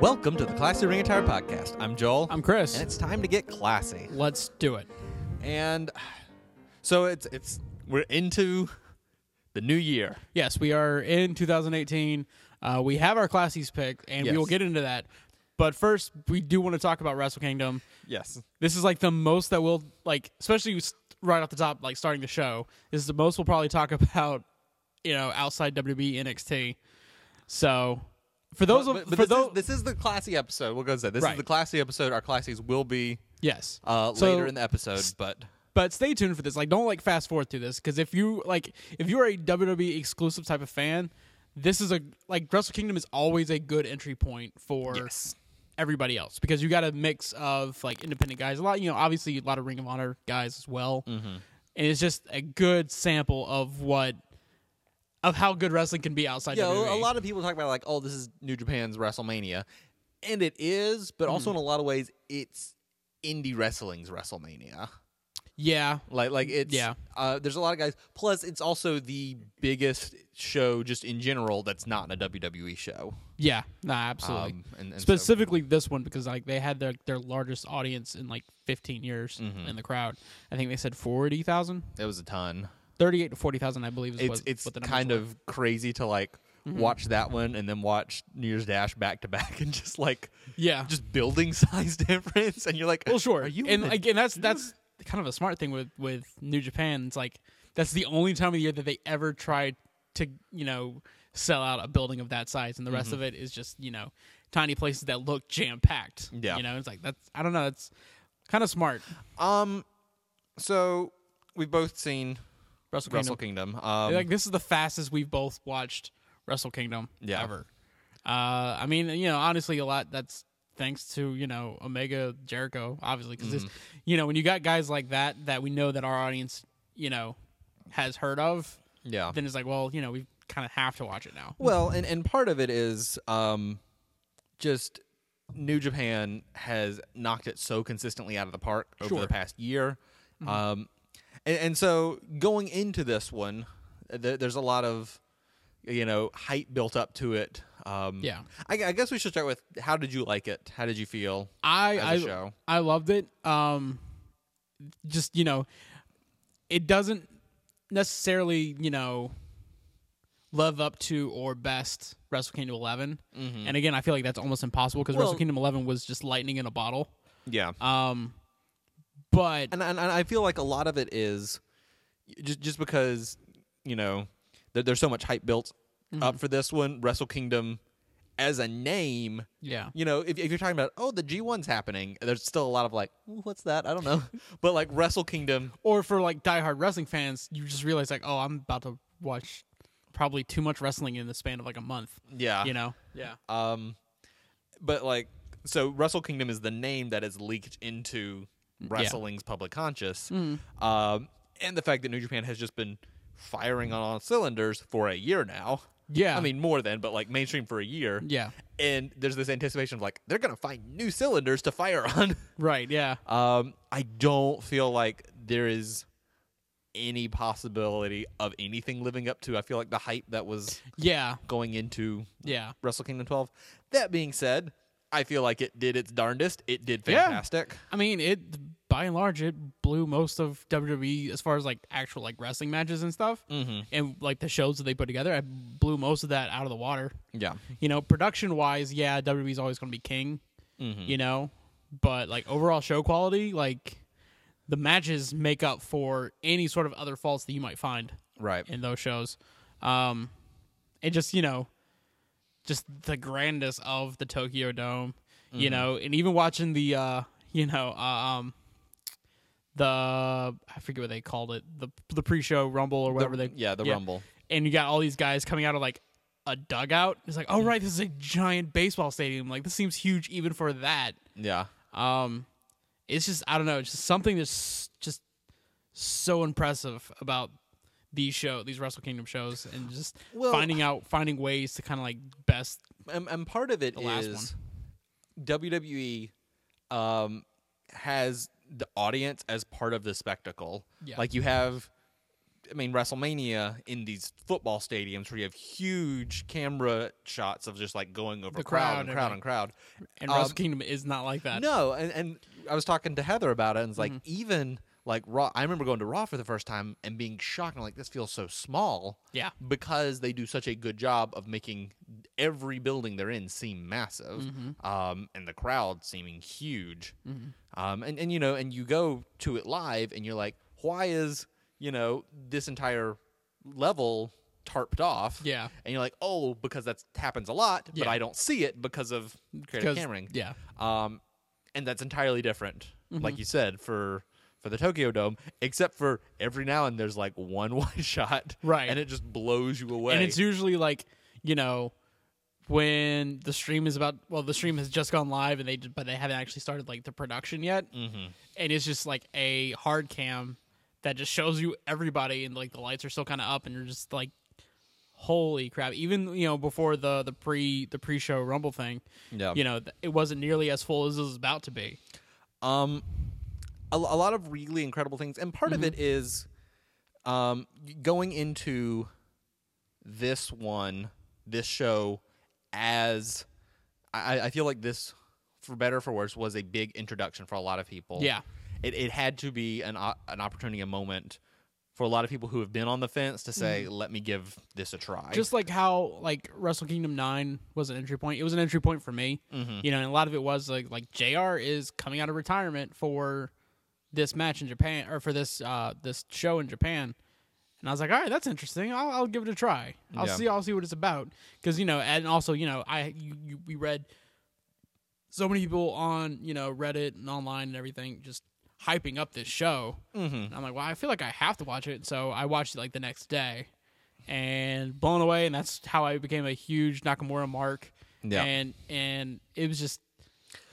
Welcome to the Classy Ring Attire Podcast. I'm Joel. I'm Chris. And it's time to get classy. Let's do it. And so it's it's we're into the new year. Yes, we are in 2018. Uh, we have our classies picked, and Yes. we will get into that. But first, we do want to talk about Wrestle Kingdom. Yes. This is like the most that we'll like, especially s- right off the top, like starting the show. This is the most we'll probably talk about, you know, outside E WB NXT. So for those, But, but for this, those, is, this is the classy episode. We'll go to that. This is Right. the classy episode. Our classies will be yes, uh, So- later in the episode, but But stay tuned for this. Like, don't like fast forward through this because if you like, if you are a WWE exclusive type of fan, this is a like Wrestle Kingdom is always a good entry point for Yes. everybody else because you got a mix of like independent guys, a lot you know, obviously a lot of Ring of Honor guys as well, Mm-hmm. and it's just a good sample of what of how good wrestling can be outside. E. yeah, WWE. a lot of people talk about like, oh, this is New Japan's WrestleMania, and it is, but also Hmm. in a lot of ways, it's indie wrestling's WrestleMania. Yeah, Like, like it's Yeah. Uh, there's a lot of guys. Plus, it's also the biggest show just in general that's not a WWE show. yeah, nah, absolutely. Um, and, and so- specifically this one because like they had their their largest audience in like 15 years Mm-hmm. in the crowd. I think they said 40,000, it was a ton. 38 to 40,000 I believe is It's what, it's what the numbers kind were. Mm-hmm. of crazy to like watch that one and then watch New Year's Dash back to back and just like yeah. just building size difference and you're like, well, sure. are you and in a- again, that's that's kind of a smart thing with with New Japan. It's like that's the only time of the year that they ever tried to you know sell out a building of that size, and the rest of Mm-hmm. it is just you know tiny places that look jam packed. Yeah. you know, it's like that's I don't know. It's kind of smart. um so we've both seen Wrestle Kingdom. Wrestle Kingdom. Um, like this is the fastest we've both watched Wrestle Kingdom Yeah. ever. Uh, I mean, you know, honestly, a lot that's thanks to you know Omega Jericho, obviously, because this, Mm-hmm. you know, when you got guys like that that we know that our audience, you know, has heard of, yeah. then it's like, well, you know, we kind of have to watch it now. Well, and, and part of it is um, just New Japan has knocked it so consistently out of the park over the Sure. Mm-hmm. past year. Um, and, and so going into this one, th- there's a lot of, you know, hype built up to it. Um, Yeah. I, I guess we should start with how did you like it? How did you feel? I as a I, show. I loved it. Um, just you know, it doesn't necessarily you know live up to or best Wrestle Kingdom 11. Mm-hmm. And again, I feel like that's almost impossible because Well- Wrestle Kingdom 11 was just lightning in a bottle. Yeah. Um, but and, and and I feel like a lot of it is just just because you know there, there's so much hype built Mm-hmm. up for this one. Wrestle Kingdom as a name, yeah, you know, if, if you're talking about oh the G1's happening, there's still a lot of like "Ooh, what's that? I don't know. but like Wrestle Kingdom, or for like diehard wrestling fans, you just realize like, oh, I'm about to watch probably too much wrestling in the span of like a month. yeah, You know? Yeah. Um, but like, so Wrestle Kingdom is the name that is leaked into wrestling's public conscious, Mm. um, and the fact that New Japan has just been firing on all cylinders for a year now. Yeah. I mean more than, but like mainstream for a year. Yeah. and there's this anticipation of like they're gonna find new cylinders to fire on. Right. Yeah. Um, I don't feel like there is any possibility of anything living up to. I feel like the hype that was Yeah. going into Yeah. Wrestle Kingdom 12. That being said, I feel like it did its darndest. It did Yeah. fantastic. I mean, it by and large it blew most of WWE as far as like actual like wrestling matches and stuff, mm-hmm. and like the shows that they put together. I blew most of that out of the water. Yeah. You know, production wise, yeah, WWE's always going to be king. You know, but like overall show quality, like the matches make up for any sort of other faults that you might find Right. in those shows. Um, and just you know, just the grandness of the Tokyo Dome, you Mm-hmm. know, and even watching the uh, you know, uh, um, the I forget what they called it, the the pre-show Rumble or whatever they yeah, the Rumble. and you got all these guys coming out of like a dugout. It's like, oh Mm-hmm. right, this is a giant baseball stadium. Like this seems huge even for that. Yeah. Um, it's just I don't know. It's just something that's just so impressive about these show, these Wrestle Kingdom shows, and just Well- finding out, finding ways to kind of like best. And, and part of it is last WWE um, has the audience as part of the spectacle. Yeah. Like you have I mean, WrestleMania in these football stadiums where you have huge camera shots of just like going over The crowd, and crowd and crowd like- and crowd. And Um, Wrestle Kingdom is not like that. Mm-hmm. No, and, and I was talking to Heather about it, and it's like even like Raw. I remember going to Raw for the first time and being shocked. I'm like, this feels so small. Yeah. because they do such a good job of making every building they're in seem massive, Mm-hmm. um, and the crowd seeming huge. Um, and and you know, and you go to it live, and you're like, why is you know this entire level tarped off? Yeah. and you're like, oh, because that happens a lot, but Yeah. I don't see it because of creative 'Cause- cammering. Yeah. Um, and that's entirely different, Mm-hmm. like you said, for for the Tokyo Dome, except for every now and there's like one wide shot, Right. and it just blows you away. And it's usually like, you know, when the stream is about well, the stream has just gone live and they but they haven't actually started like the production yet. Mm-hmm. And it's just like a hard cam that just shows you everybody and like the lights are still kind of up and you're just like holy crap. Even you know before the the pre the pre-show rumble thing, Yeah. you know, th- it wasn't nearly as full as it was about to be. um, a, lo- a lot of really incredible things, and part of it is, um, y- going into this one, this show, as I, I feel like this, for better or for worse, was a big introduction for a lot of people. Yeah. it, it had to be an o- an opportunity, a moment for a lot of people who have been on the fence to say, "Let me give this a try." just like how like Wrestle Kingdom Nine was an entry point. It was an entry point for me, you know. And a lot of it was like like Jr. is coming out of retirement for this match in Japan or for this uh this show in Japan, and I was like, all right, that's interesting. I'll, I'll give it a try. I'll Yeah. see. I'll see what it's about because you know, and also you know, I you, you we read so many people on you know Reddit and online and everything just hyping up this show. Mm-hmm. And I'm like, well, I feel like I have to watch it, so I watched it like the next day, and blown away. And that's how I became a huge Nakamura mark. Yeah. and and it was just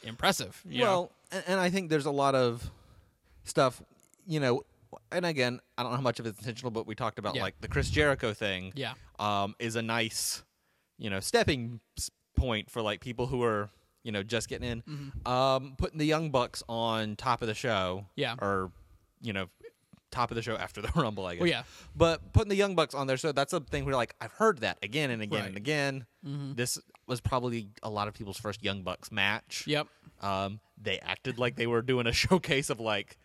impressive. you know? Well, and, and I think there's a lot of stuff, you know, and again, I don't know how much of it's intentional, but we talked about Yeah. like the Chris Jericho thing. Yeah. Um, is a nice, you know, stepping s- point for like people who are, you know, just getting in. Mm-hmm. Um, putting the Young Bucks on top of the show. Yeah. Or, you know, top of the show after the Rumble, I guess. Well, yeah. But putting the Young Bucks on there, so that's a thing where like I've heard that again and again Right. Mm-hmm. and again. This was probably a lot of people's first Young Bucks match. yep. Um, they acted like they were doing a showcase of like,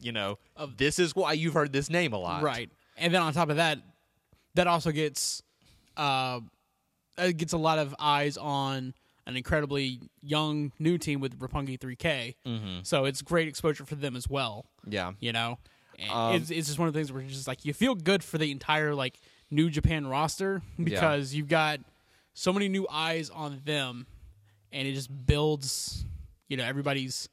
you know, this is why you've heard this name a lot, Right. And then on top of that, that also gets uh, it gets a lot of eyes on an incredibly young new team with Rapungi 3K. Mm-hmm. So it's great exposure for them as well. Yeah, You know, And Um, it's, it's just one of the things where it's just like you feel good for the entire like New Japan roster because you've got so many new eyes on them, and it just builds, you know, everybody's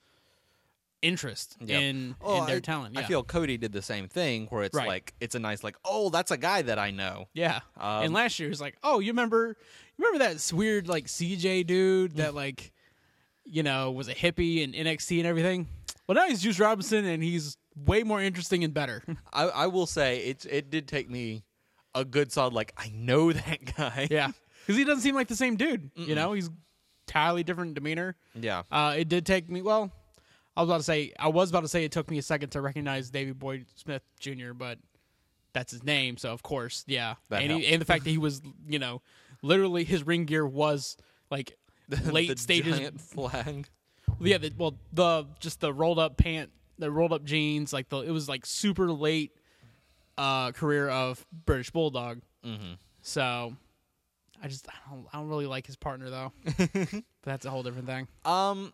interest Yeah. in Oh, in their I, talent. I Yeah. feel Cody did the same thing, where it's Right. like it's a nice like, oh, that's a guy that I know. Yeah. Um, and last year it was like, oh, you remember, you remember that weird like CJ dude that like, you know, was a hippie in NXT and everything. Well, now he's Juice Robinson and he's way more interesting and better. I, I will say it it did take me a good solid like I know that guy. yeah, because he doesn't seem like the same dude. You know, he's entirely different demeanor. yeah. Uh, it did take me. Well, I was about to say I was about to say it took me a second to recognize Davy Boyd Smith Jr., but that's his name, so of course, yeah. That and, he, helps. and the fact that he was, you know, literally his ring gear was like late the stages. giant flag. Yeah, the, well, the just the rolled up pant, the rolled up jeans, like the it was like super late uh career of British Bulldog. Mm-hmm. So. I just I don't, I don't really like his partner though. but that's a whole different thing. Um,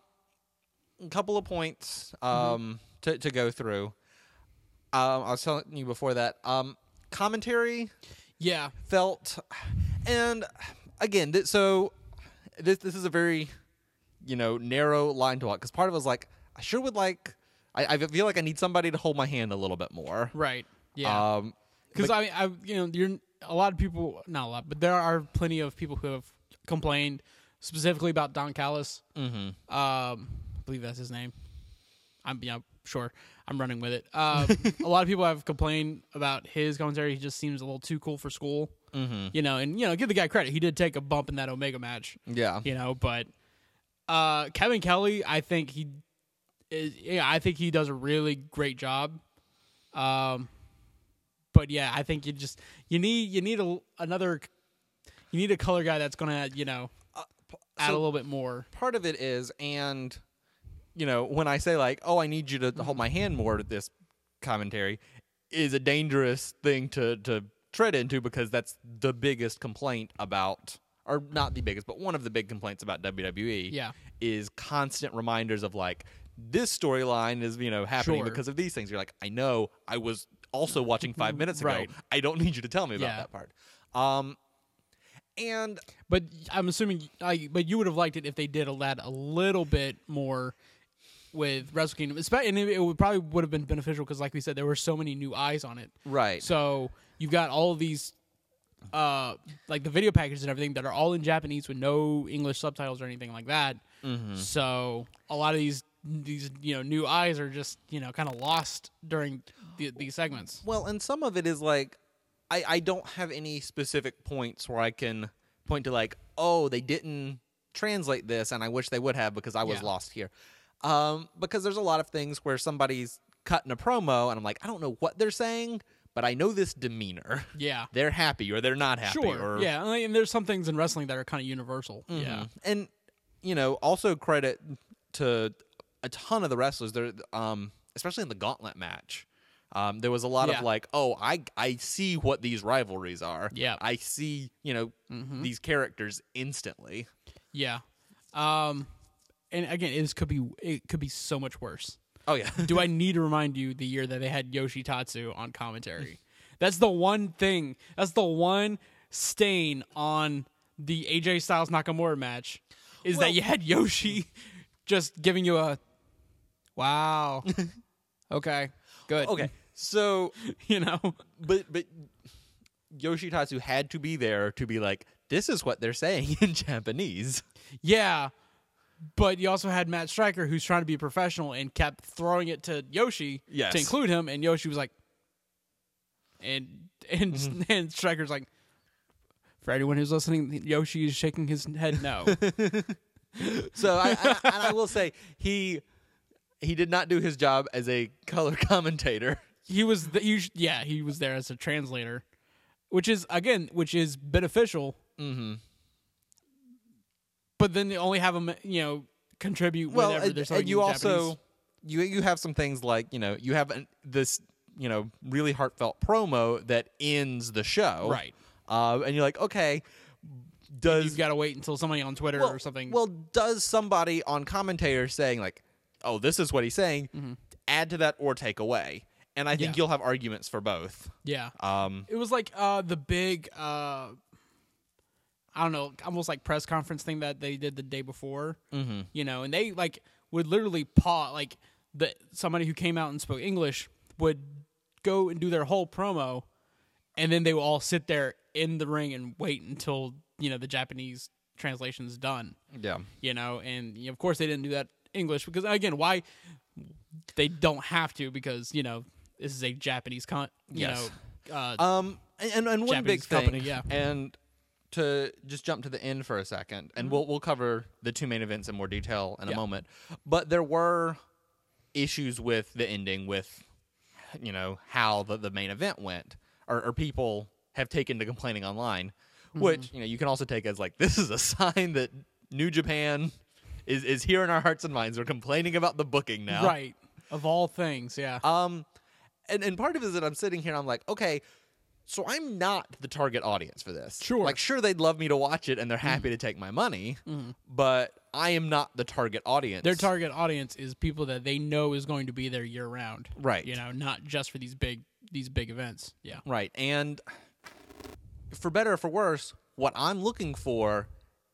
a couple of points Mm-hmm. um to to go through. Um, I was telling you before that um commentary Yeah. felt and again th- so this this is a very you know narrow line to walk because part of it was like i sure would like I, I feel like i need somebody to hold my hand a little bit more Right. Yeah. um because I, I, you know, you're a lot of people, not a lot, but there are plenty of people who have complained specifically about Don Callis. Mm-hmm. Um, I believe that's his name. I'm yeah, sure. I'm running with it. Um, a lot of people have complained about his commentary. He just seems a little too cool for school. Mm-hmm. You know, and you know, give the guy credit. He did take a bump in that Omega match yeah you know but uh kevin kelly i think he is yeah i think he does a really great job um But yeah, I think you just you need you need a, another you need a color guy that's gonna you know add Uh, so- a little bit more. part of it is and you know when i say like oh i need you to hold Mm-hmm. my hand more to this commentary is a dangerous thing to to tread into because that's the biggest complaint about or not the biggest but one of the big complaints about wwe Yeah. is constant reminders of like this storyline is you know happening Sure. because of these things you're like i know i was also watching five minutes ago Mm-hmm. Right. i don't need you to tell me about Yeah. that part um and But I'm assuming, I, but you would have liked it if they did that a little bit more with Wrestle Kingdom, Espe- and it, it would probably would have been beneficial because, like we said, there were so many new eyes on it. right So you've got all of these, uh, like the video packages and everything that are all in Japanese with no English subtitles or anything like that. So a lot of these these you know new eyes are just you know kind of lost during the, these segments. Well, and some of it is like I I don't have any specific points where I can point to like, oh, they didn't translate this and I wish they would have because I was Yeah. lost here. Um because there's a lot of things where somebody's cutting a promo and I'm like, I don't know what they're saying, but I know this demeanor. Yeah. They're happy or they're not happy Sure. or yeah, and and there's some things in wrestling that are kind of universal. Yeah. Mhm. And you know, also credit to a ton of the wrestlers there um especially in the gauntlet match. Um, there was a lot Yeah. of like, oh, I I see what these rivalries are. Yeah. Mm-hmm. I see, you know, these characters instantly. Yeah. Um and again, it is- could be it could be so much worse. Oh yeah. Do I need to remind you the year that they had Yoshi Tatsu on commentary? That's the one thing. That's the one stain on the AJ Styles Nakamura match is Well- that you had Yoshi just giving you a wow. okay. Good. okay. So, You know. but but Yoshitatsu had to be there to be like, this is what they're saying in Japanese. Yeah. But you also had Matt Stryker who's trying to be professional and kept throwing it to Yoshi Yes. to include him, and Yoshi was like, and and Mm-hmm. and Stryker's like, for anyone who's listening, Yoshi is shaking his head no. So I, I and I will say he he did not do his job as a color commentator. he was the, he, sh- yeah he was there as a translator, which is again which is beneficial. Mm-hmm. But then they only have him you know contribute well whenever and- there's and something you in also Japanese. you you have some things like you know you have an, this you know really heartfelt promo that ends the show Right. uh, and you're like okay does you've got to wait until somebody on Twitter well, or something. well does somebody on commentator saying like oh this is what he's saying add to that or take away and i think Mm-hmm. Yeah. you'll have arguments for both yeah. um It was like uh, the big, uh, I don't know, almost like press conference thing that they did the day before. Mm-hmm. You know, and they like would literally paw like the somebody who came out and spoke English would go and do their whole promo, and then they would all sit there in the ring and wait until you know the Japanese translation's done. yeah You know, and you know, of course they didn't do that English because again, why they don't have to because you know this is a Japanese con. You Yes. know. Uh, Um, and and, and one big Japanese thing, company, yeah. And to just jump to the end for a second, and we'll we'll cover the two main events in more detail in Mm-hmm. Yeah. a moment. But there were issues with the ending, with you know how the, the main event went, or, or people have taken to complaining online, Mm-hmm. which you know you can also take as like this is a sign that New Japan is is here in our hearts and minds. We're complaining about the booking now, Right. Of all things, yeah. um, and and part of it is that I'm sitting here and I'm like, okay, so I'm not the target audience for this. Sure. like sure they'd love me to watch it and they're happy to take my money, Mm-hmm. but I am not the target audience. Their target audience is people that they know is going to be there year round. Right. You know, not just for these big these big events. Yeah. right, and for better or for worse, what I'm looking for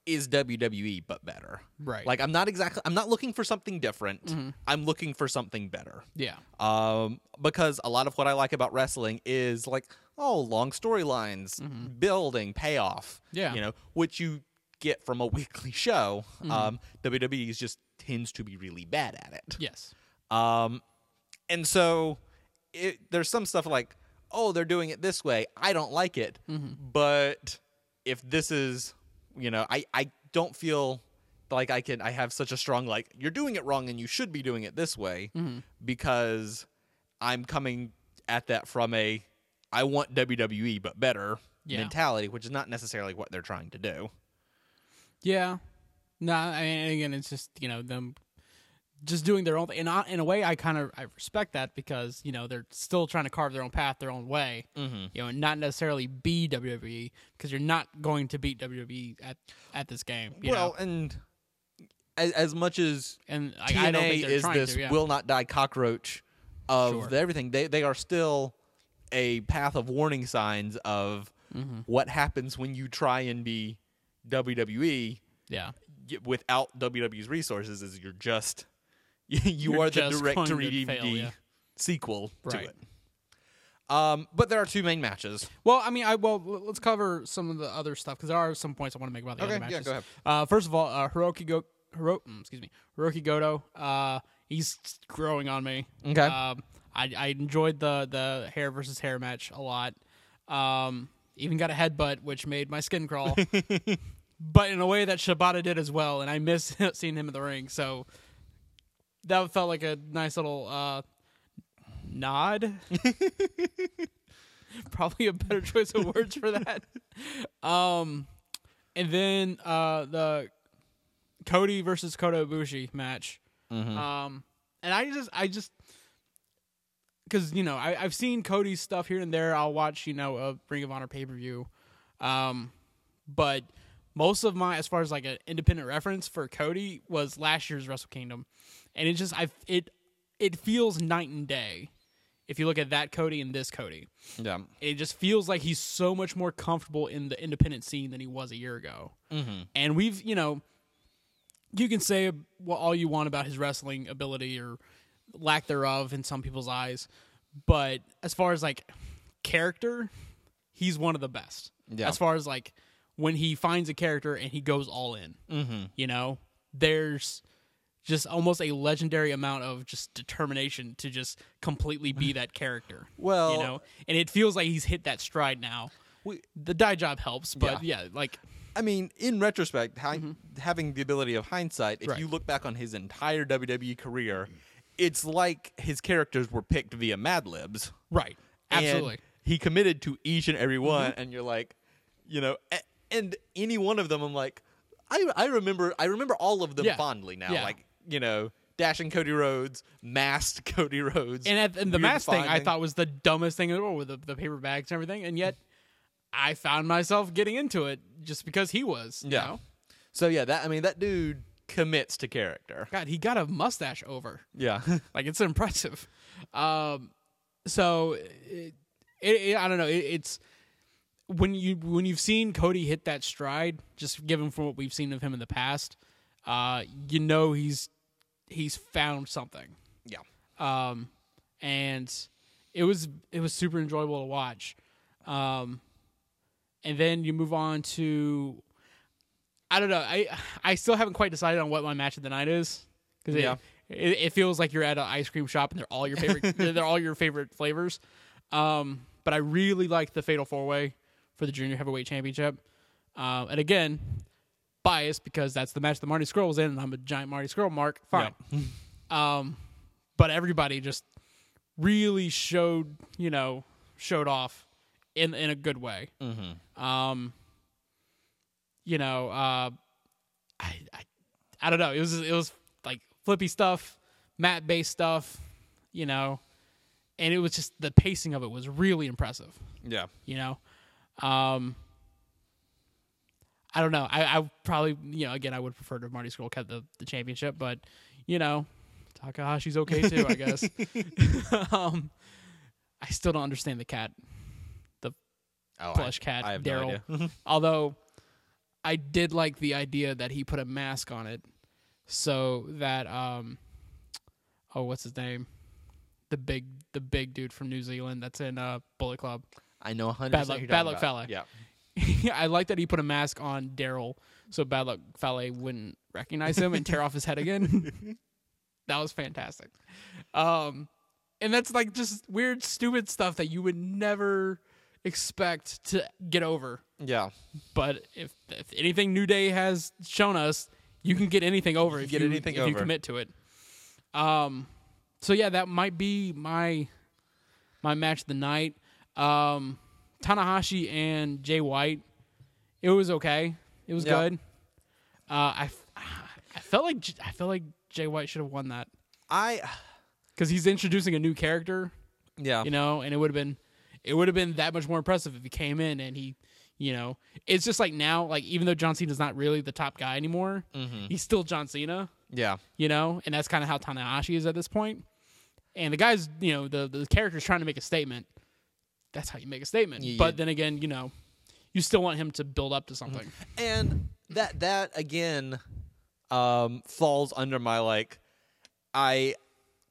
is WWE, but better. Right. Mm-hmm. Like I'm not exactly I'm not looking for something different. I'm looking for something better. Yeah. um, because a lot of what I like about wrestling is like oh long storylines, building payoff, Yeah. you know, which you get from a weekly show. Um, WWE is just tends to be really bad at it, Yes. um, and so it, there's some stuff like oh they're doing it this way, I don't like it, Mm-hmm. but if this is you know I I don't feel like I can I have such a strong like you're doing it wrong and you should be Mm-hmm. doing it this way because I'm coming at that from a I want WWE but better Yeah. mentality, which is not necessarily what they're trying to do. Yeah. No, I mean, again, it's just you know them just doing their own thing. And I, in a way, I kind of I respect that because you know they're still trying to carve their own path, their own way. Mm-hmm. You know, and not necessarily be WWE because you're not going to beat WWE at at this game. You well, know? and as, as much as and like, TNA I don't think they're is trying this to. Yeah. will not die cockroach of Sure. the everything. They they are still a path of warning signs of Mm-hmm. what happens when you try and be WWE yeah. y- without WWE's resources. Is you're just you You're are the just direct to going to fail, DVD yeah. sequel Right. to it. Um, but there are two main matches. Well, I mean, I well, l- let's cover some of the other stuff because there are some points I want to make about the Okay, other yeah, matches. go ahead. Uh, first of all, uh, Hiroki Go, Hiro, mm, excuse me, Hiroki Goto. Uh, he's growing on me. Okay. Um, I, I enjoyed the the hair versus hair match a lot. Um, even got a headbutt, which made my skin crawl. but in a way that Shibata did as well, and I miss seeing him in the ring. So that felt like a nice little uh, nod. Probably a better choice of words for that. Um, and then uh, the Cody versus Kota Ibushi match. Um, and I just, I just, because you know, I, I've seen Cody's stuff here and there. I'll watch, you know, a Ring of Honor pay per view. Um, but most of my as far as like an independent reference for Cody was last year's Wrestle Kingdom, and it just I it it feels night and day if you look at that Cody and this Cody. Yeah. It just feels like he's so much more comfortable in the independent scene than he was a year ago, mm-hmm. and we've you know you can say wha- all you want about his wrestling ability or lack thereof in some people's eyes, but as far as like character, he's one of the best. Yeah. As far as like when he finds a character and he goes all in, mm-hmm. you know, there's just almost a legendary amount of just determination to just completely be that character. Well- you know, and it feels like he's hit that stride now. We- the dye job helps, but yeah like I mean, in retrospect, hi- having the ability of hindsight, if Mm-hmm. Right. you look back on his entire WWE career, it's like his characters were picked via Mad Libs. right, And absolutely. Mm-hmm. he committed to each and every one, and you're like, you know, a- and any one of them, I'm like, I, I remember, I remember all of them Yeah. fondly now. Yeah. Like, you know, dashing Cody Rhodes, masked Cody Rhodes, And, at, and the weird mask thing I finding. thought was the dumbest thing in the world with the, the paper bags and everything. And yet I found myself getting into it just because he was. you yeah. know? So yeah, that I mean, that dude commits to character. God, he got a mustache over. Yeah. Like it's impressive. Um, so it, it, it- I don't know. It, it's when you when you've seen Cody hit that stride, just given from what we've seen of him in the past, uh, you know he's he's found something. yeah. um, and it was it was super enjoyable to watch. Um, and then you move on to I don't know I I still haven't quite decided on what my match of the night is because Yeah. it, it it feels like you're at an ice cream shop and they're all your favorite they're, they're all your favorite flavors. Um, but I really liked the Fatal Four Way for the Junior Heavyweight Championship. Um, and again, biased because that's the match that Marty Scurll was in, and I'm a giant Marty Scurll mark. Fine. um, but everybody just really showed, you know, showed off in in a good way. Mm-hmm. Um, you know, uh, I, I I don't know. It was it was like flippy stuff, mat based stuff, you know, and it was just the pacing of it was really impressive Yeah. you know um i don't know i i probably you know again i would prefer to marty Scurll kept the, the championship but you know takahashi's okay too i guess um i still don't understand the cat Oh, I- plush cat I have no daryl idea. although i did like the idea that he put a mask on it so that um oh what's his name the big the big dude from new zealand that's in uh bullet club I know a hundred. Bad percent luck- who you're bad talking about. luck fella. Yeah, I like that he put a mask on Daryl so Bad Luck Fale wouldn't recognize him and tear off his head again. that was fantastic. Um, and that's like just weird, stupid stuff that you would never expect to get over. yeah. But if, if anything New Day has shown us, you can get anything over if get you anything if you over. commit to it. Um, so yeah, that might be my my match of the night. Um, Tanahashi and Jay White. It was okay. It was Yeah. good. Uh, I, f- I felt like J- I felt like Jay White should have won that I because he's introducing a new character, yeah you know, and it would have been it would have been that much more impressive if he came in and he, you know, it's just like now, like even though John Cena's not really the top guy anymore, Mm-hmm. he's still John Cena yeah you know, and that's kind of how Tanahashi is at this point. And the guy's, you know, the the character's trying to make a statement. That's how you make a statement. Yeah, But yeah. then again, you know, you still want him to build up to something. Mm-hmm. and that that again um falls under my like i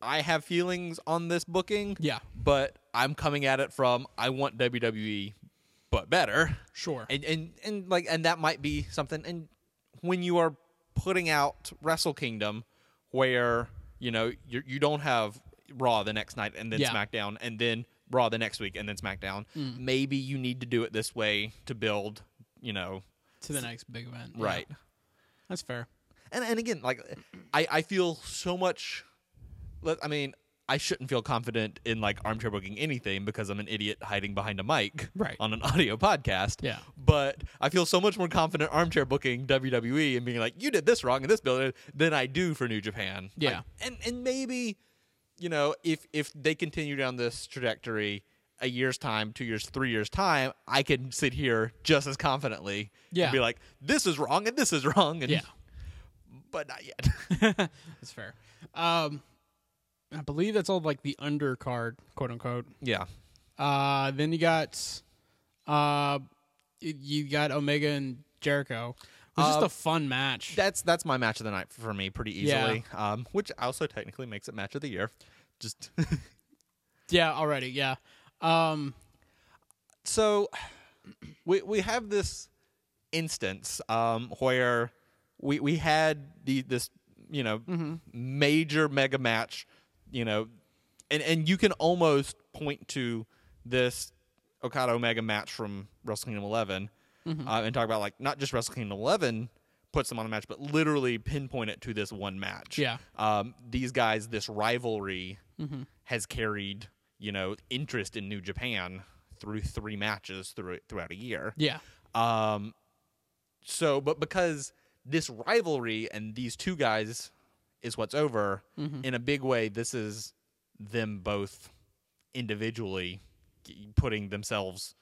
i have feelings on this booking Yeah. but i'm coming at it from i want wwe but better Sure. and and and like and that might be something and when you are putting out wrestle kingdom where you know you you don't have raw the next night and then Yeah. Mm. smackdown and then raw the next week and then smackdown maybe you need to do it this way to build you know to the next big event. Yeah. right That's fair. and and again like i i feel so much let- i mean i shouldn't feel confident in like armchair booking anything because i'm an idiot hiding behind a mic Right. on an audio podcast Yeah. but i feel so much more confident armchair booking wwe and being like you did this wrong in this building than i do for new japan Like, Yeah. and and maybe you know if if they continue down this trajectory a year's time, two years, three years time, I can sit here just as confidently Yeah. and be like, "This is wrong and this is wrong," and Yeah. but not yet. That's fair. Um I believe that's all like the undercard, quote unquote. yeah. Uh then you got uh y- you got Omega and Jericho. It was just Uh, a fun match. That's that's my match of the night for me pretty Yeah. easily. Um which also technically makes it match of the year. Just yeah, already, yeah. Um so we we have this instance um where we we had the this you know major mega match, you know, and and you can almost point to this Okada Omega match from Wrestle Kingdom 11 uh, and talk about like not just Wrestle Kingdom 11 puts them on a match, but literally pinpoint it to this one match. Yeah. um, these guys, this rivalry has carried you know interest in New Japan through three matches through, throughout a year. yeah. Um, so, but because this rivalry and these two guys is what's over Mm-hmm. in a big way, this is them both individually g- putting themselves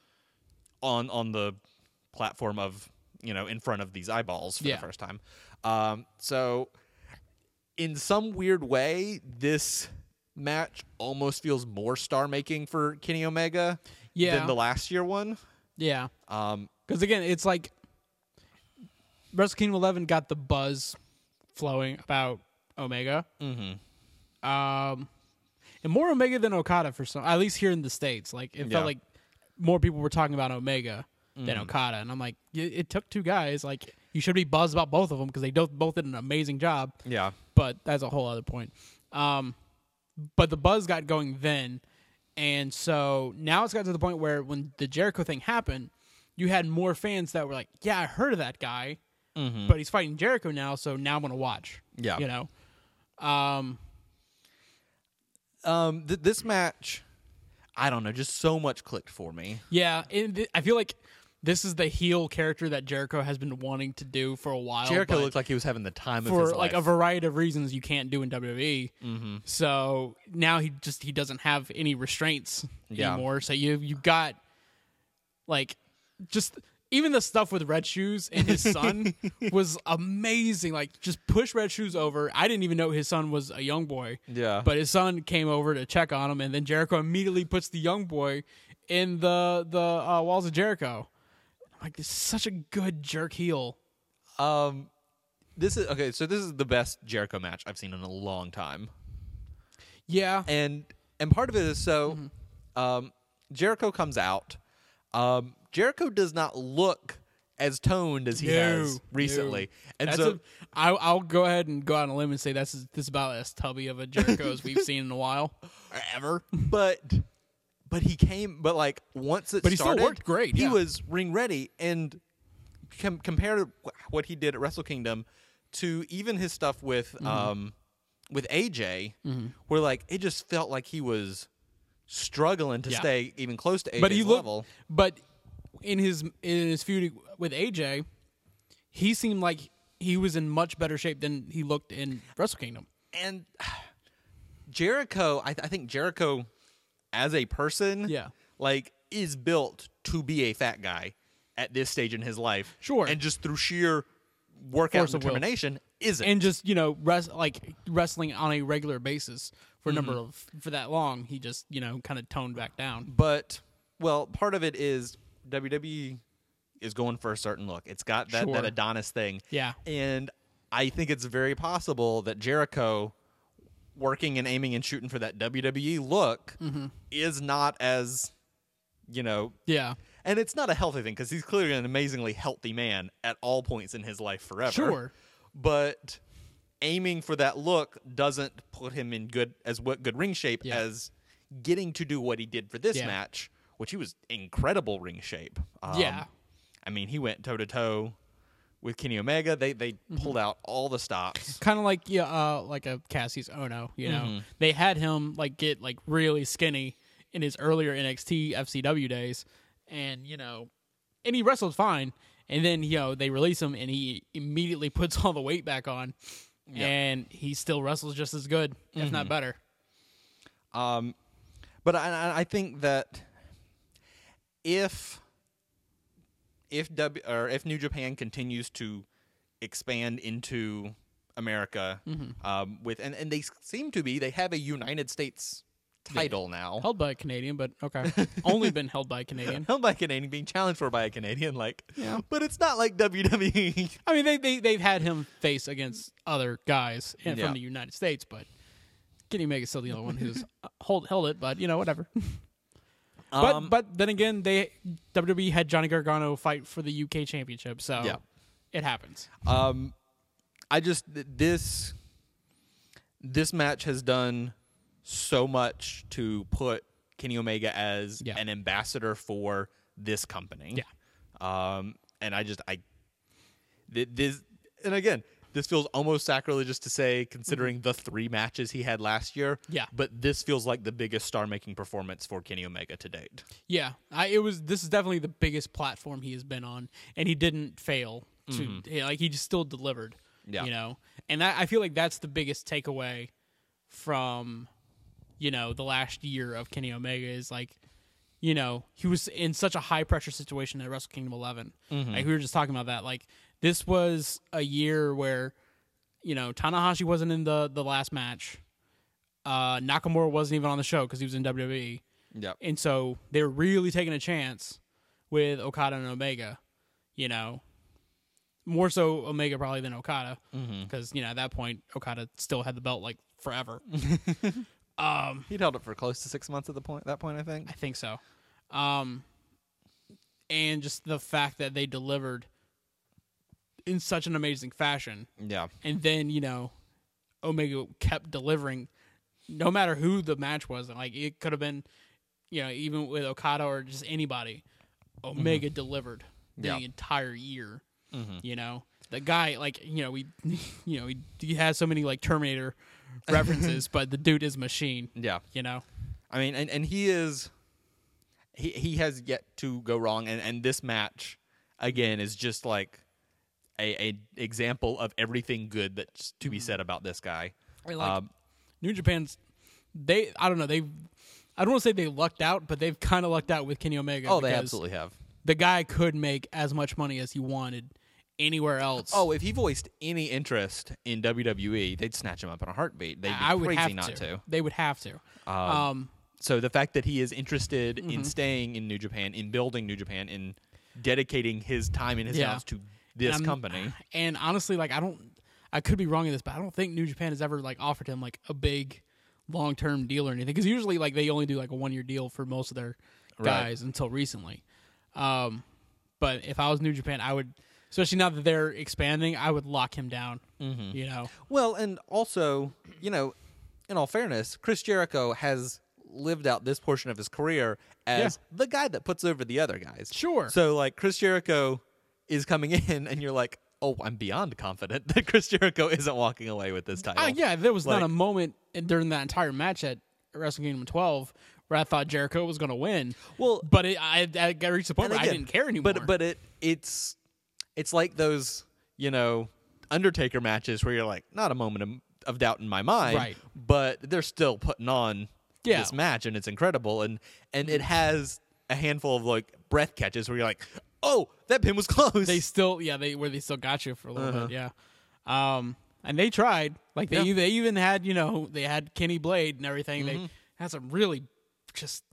on on the platform of you know in front of these eyeballs for Yeah. the first time. Um, so, in some weird way, this match almost feels more star making for Kenny Omega Yeah. than the last year one. Yeah. Um, Because again, it's like Wrestle Kingdom 11 got the buzz flowing about Omega. Mm-hmm. Um, and more Omega than Okada for some, at least here in the states. Like it Yeah. felt like more people were talking about Omega than Okada, and I'm like, y- it took two guys. Like you should be buzzed about both of them because they do- both did an amazing job. yeah. But that's a whole other point. Um, but the buzz got going then, and so now it's got to the point where when the Jericho thing happened, you had more fans that were like, "Yeah, I heard of that guy, but he's fighting Jericho now, so now I'm gonna watch." Mm-hmm. Yeah. you know, um, um th- this match i don't know just so much clicked for me yeah. And th- I feel like this is the heel character that Jericho has been wanting to do for a while. jericho but looked like he was having the time of for his like a life Mm-hmm. variety of reasons you can't do in WWE. So now he just he doesn't have any restraints Yeah. anymore. So you you got like just even the stuff with Red Shoes and his son was amazing. Like just push Red Shoes over. I didn't even know his son was a young boy. Yeah. But his son came over to check on him and then Jericho immediately puts the young boy in the the uh, walls of Jericho. Like this is such a good jerk heel. um this is okay so this is the best jericho match i've seen in a long time Yeah. and and part of it is so Mm-hmm. um jericho comes out um jericho does not look as toned as he No, has no. recently and That's so a, I, I'll go ahead and go out on a limb and say that's this is about as tubby of a Jericho as we've seen in a while, ever. but but he came but like once it But he still started worked great, he yeah. was ring ready and com- compare what he did at wrestle kingdom to even his stuff Mm-hmm. with um with aj where like it just felt like he was struggling to Yeah. stay even close to AJ's but he looked, level. but in his in his feud with AJ, he seemed like he was in much better shape than he looked in Wrestle Kingdom. And Jericho, I, th- I think Jericho as a person, Yeah. like is built to be a fat guy at this stage in his life. Sure. and just through sheer workout and Force of will. determination, isn't. and just you know res- like wrestling on a regular basis for a Mm-hmm. number of for that long he just you know kind of toned back down but well, part of it is WWE is going for a certain look. It's got that Sure. that Adonis thing. Yeah. and I think it's very possible that Jericho working and aiming and shooting for that WWE look Mm-hmm. is not as you know yeah And it's not a healthy thing because he's clearly an amazingly healthy man at all points in his life forever. Sure. But aiming for that look doesn't put him in good as what good ring shape Yeah. as getting to do what he did for this Yeah. match, which he was incredible ring shape. Um, Yeah. I mean, he went toe to toe with Kenny Omega. They they Mm-hmm. pulled out all the stops. kind of like yeah uh like a Cassie's Ono you know they had him like get like really skinny in his earlier NXT FCW days and you know and he wrestled fine and then you know they release him and he immediately puts all the weight back on and he still wrestles just as good if not better Um, but I- I, I think that if if W or if New Japan continues to expand into America um, with and, and they s- seem to be they have a United States title now held by a Canadian but okay only been held by a Canadian held by a Canadian being challenged for by a Canadian like but it's not like E. WWE I mean, they, they they've had him face against other guys in, Yeah. from the United States, but Kenny Omega's still the only one who's uh, hold held it. But you know, whatever. but Um, but then again, they WWE had Johnny Gargano fight for the UK Championship, so Yeah. it happens. Um, I just th- this this match has done so much to put Kenny Omega as Yeah. an ambassador for this company. Yeah. Um, and I just I th- this and again this feels almost sacrilegious to say considering the three matches he had last year. Mm-hmm. Yeah. But this feels like the biggest star making performance for Kenny Omega to date. Yeah, I, it was. This is definitely the biggest platform he has been on, and he didn't fail to yeah, like he just still delivered. Yeah. you know, and I, I feel like that's the biggest takeaway from you know the last year of Kenny Omega is like you know he was in such a high pressure situation at Wrestle Kingdom 11. Like we were just talking about that. Like this was a year where you know Tanahashi wasn't in the the last match. Uh, Nakamura wasn't even on the show because he was in E. WWE. Yep. And so they're really taking a chance with Okada and Omega, you know. More so Omega probably than Okada because you know at that point Okada still had the belt like forever. He'd held it for close to six months at the point that point, I think. I think so. Um and just the fact that they delivered in such an amazing fashion Yeah. and then you know omega kept delivering no matter who the match was and like it could have been you know even with okada or just anybody omega delivered Mm-hmm. the Yeah. Mm-hmm. entire year you know the guy like you know we you know he, he has so many like terminator references but the dude is machine Yeah. you know I mean, and, and he is he he has yet to go wrong, and and this match again is just like a, a example of everything good that's to be said about this guy. Mm-hmm. I like Um, New Japan's they I don't know they I don't want to say they lucked out but they've kind of lucked out with Kenny Omega oh, they because absolutely have. the guy could make as much money as he wanted anywhere else. Oh, if he voiced any interest in WWE, they'd snatch him up in a heartbeat. They'd be I would crazy have not to. They would have to. Um, So the fact that he is interested Mm-hmm. in staying in New Japan, in building New Japan, in dedicating his time and his Yeah. talents to this I'm- company, and honestly, like I don't, I could be wrong in this, but I don't think New Japan has ever like offered him like a big long term deal or anything. Because usually, like they only do like a one year deal for most of their Right. guys until recently. Um, but if I was New Japan, I would, especially now that they're expanding, I would lock him down. Mm-hmm. You know, Well, and also, you know, in all fairness, Chris Jericho has lived out this portion of his career as the guy that puts over the other guys. Sure. So like Chris Jericho is coming in and you're like, "Oh, I'm beyond confident that Chris Jericho isn't walking away with this title." Oh yeah, there Uh, was not a Like- moment during that entire match at Wrestle Kingdom 12 where I thought Jericho was going to win. Well, But it, I, I I reached a point and where I again, didn't care anymore. But but it it's it's like those you know Undertaker matches where you're like not a moment of, of doubt in my mind, Right. But they're still putting on Yeah. this match and it's incredible and and it has a handful of like breath catches where you're like, oh, that pin was close. they still yeah they where they still got you for a little bit yeah um and they tried like they Uh-huh. Yeah. Mm-hmm. they even had you know they had Kenny Blade and everything they had some really just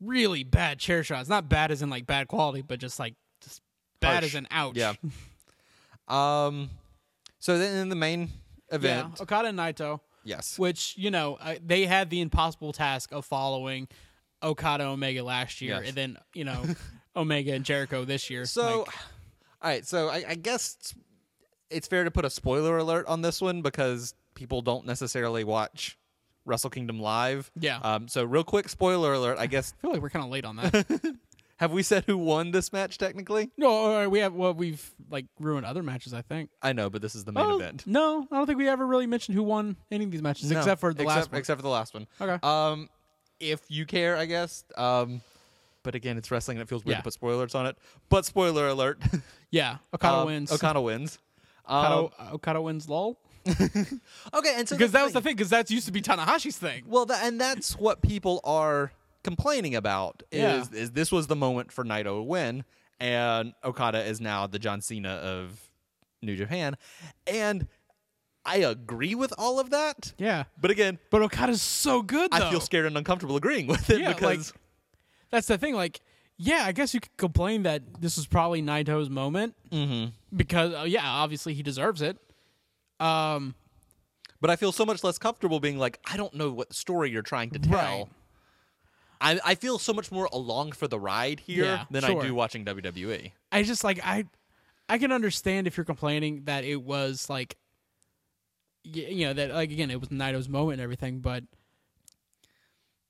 really bad chair shots not bad as in like bad quality but just like just bad Harsh. as an ouch yeah. um. So then in the main yeah event, Okada and Naito yes, which you know uh, they had the impossible task of following Okada Omega last year Yes. and then you know Omega and Jericho this year So, Like, all right. So I, I guess it's, it's fair to put a spoiler alert on this one because people don't necessarily watch Wrestle Kingdom live. Yeah. Um. So real quick, spoiler alert. I guess I feel like we're kind of late on that. have we said who won this match technically? No, all right, we have. Well, we've like ruined other matches. I think. I know, but this is the main Well, event. No, I don't think we ever really mentioned who won any of these matches No, except for the except, last one. Except for the last one. Okay. Um, if you care, I guess. Um, but again, it's wrestling and it feels weird Yeah. to put spoilers on it. But spoiler alert, yeah, Okada um, wins. Okada wins. Um, Okada, Okada wins. Lol. okay, and so that's Because that was the the thing. Because that's used to be Tanahashi's thing. Well, tha and that's what people are complaining about is Yeah. is this was the moment for Naito to win, and Okada is now the John Cena of New Japan, and I agree with all of that. Yeah, But again, but Okada's so good. Though. I feel scared and uncomfortable agreeing with it Yeah, like- because that's the thing. Like, yeah, I guess you could complain that this was probably Naito's moment because, uh, yeah, obviously he deserves it. Um, but I feel so much less comfortable being like I don't know what story you're trying to tell. Right. I, I feel so much more along for the ride here Yeah, than sure. I do watching E. WWE. I just like I I can understand if you're complaining that it was like y- you know that like again it was Naito's moment and everything, but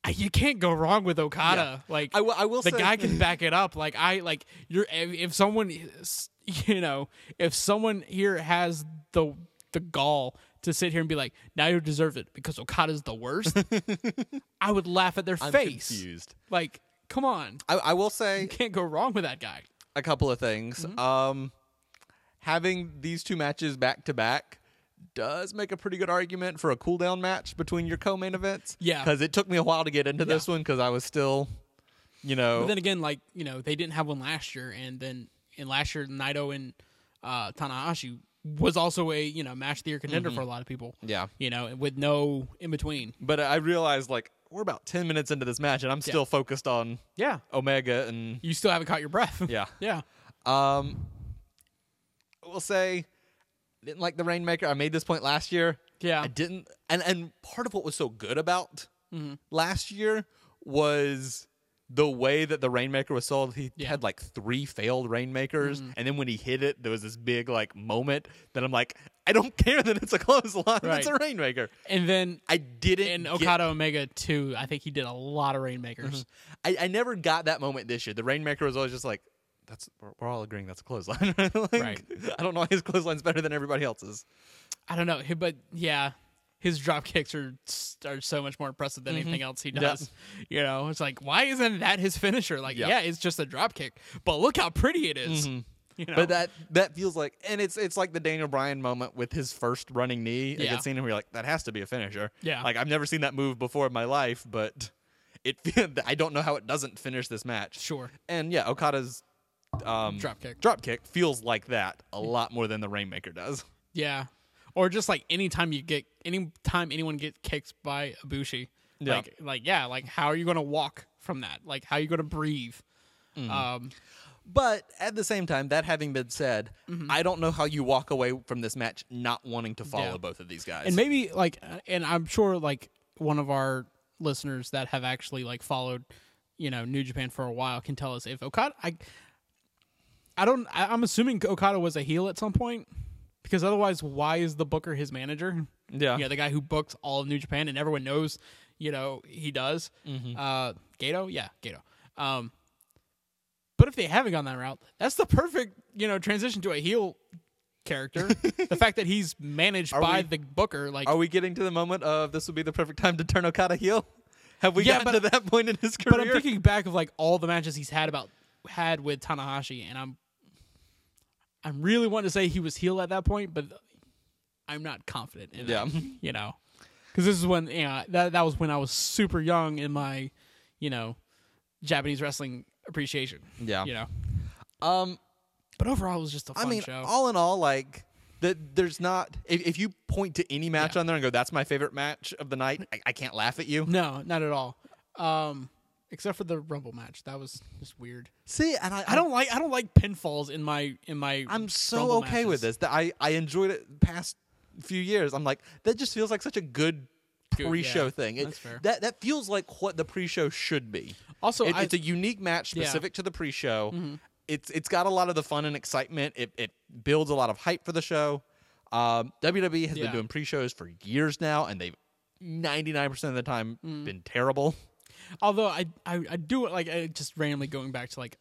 I- you can't go wrong with Okada. Like I will- I will the say- guy can back it up. Like I like you're if, if someone is- you know if someone here has the the gall to sit here and be like Naito deserves it because Okada's the worst, I would laugh at their I'm face. confused. Like come on, I, I will say you can't go wrong with that guy. a couple of things. Mm-hmm. Um, having these two matches back to back does make a pretty good argument for a cool down match between your co-main events. Yeah. because it took me a while to get into this one because I was still, you know, But then again, like you know, they didn't have one last year, and then in last year, Naito and uh, Tanahashi was also a you know match of the year contender for a lot of people. Mm-hmm. yeah. You know, and with no in between. But I realized like we're about ten minutes into this match and I'm still focused on Yeah, Omega and you still haven't caught your breath. yeah. yeah, Um, I will say, I didn't like the Rainmaker. I made this point last year. Yeah. I didn't, and and part of what was so good about Mm-hmm. last year was the way that the Rainmaker was sold. He Yeah. Mm-hmm. had like three failed Rainmakers, and then when he hit it, there was this big like moment that I'm like, I don't care that it's a clothesline. Right. It's a Rainmaker. and then I didn't. in get- Okada Omega too. I think he did a lot of rainmakers. I, I never got that moment this year. The Rainmaker was always just like, that's we're, we're all agreeing that's a clothesline. right? Like, Right. I don't know why his clothesline's better than everybody else's. Mm-hmm. I don't know, hi- but yeah, his drop kicks are s- are so much more impressive Mm-hmm. than anything else he does. You know, it's like why isn't that his finisher? Like, Yeah. Mm-hmm. yeah, it's just a drop kick, but look how pretty it is. You know? But that that feels like, and it's it's like the Daniel Bryan moment with his first running knee Yeah. against Cena, where you're like, that has to be a finisher. Yeah. like I've never seen that move before in my life, but it I don't know how it doesn't finish this match. Sure. And yeah, Okada's um, Dropkick. dropkick feels like that Mm. a lot more than the Rainmaker does. Yeah. Or just like anytime you get anytime anyone gets kicked by Ibushi. Yeah. Like like yeah, like how are you gonna walk from that? Like how are you gonna breathe? Um But at the same time, that having been said, Mm-hmm. I don't know how you walk away from this match not wanting to follow Yeah. both of these guys. and maybe like uh, and I'm sure like one of our listeners that have actually like followed, you know, New Japan for a while can tell us if Okada I I don't I, I'm assuming Okada was a heel at some point. Because otherwise why is the booker his manager? yeah, you know, the guy who books all of New Japan and everyone knows, you know, he does. Mm-hmm. Uh, Gato, yeah, Gato. Um, but if they haven't gone that route, that's the perfect, you know, transition to a heel character. the fact that he's managed by we- the booker, like, Are we getting to the moment of this would be the perfect time to turn Okada heel? Have we Yeah, gotten but- to that point in his career? But I'm thinking back of like all the matches he's had about had with Tanahashi, and I'm I'm really wanting to say he was heel at that point, but I'm not confident. In Yeah. that, you know, because this is when you know that that was when I was super young in my you know Japanese wrestling appreciation. Yeah. you know. um, But overall, it was just a I fun mean, show. all in all, like the, there's not if, if you point to any match Yeah. on there and go, "That's my favorite match of the night," I, I can't laugh at you. no, not at all. Um, except for the Rumble match, that was just weird. See, and I, I don't like I don't like pinfalls in my in my. I'm so Rumble okay with this. matches. That I I enjoyed it past few years. I'm like that just feels like such a good Good, pre-show yeah. thing. It- That's fair. That that feels like what the pre-show should be. Also, It- I, it's a unique match Yeah. Mm-hmm. specific to the pre-show. It's it's got a lot of the fun and excitement. It it builds a lot of hype for the show. Um, WWE has Yeah. been doing pre-shows for years now, and they've 99% of the time Mm. been terrible. Although I, I I do like I just randomly going back to like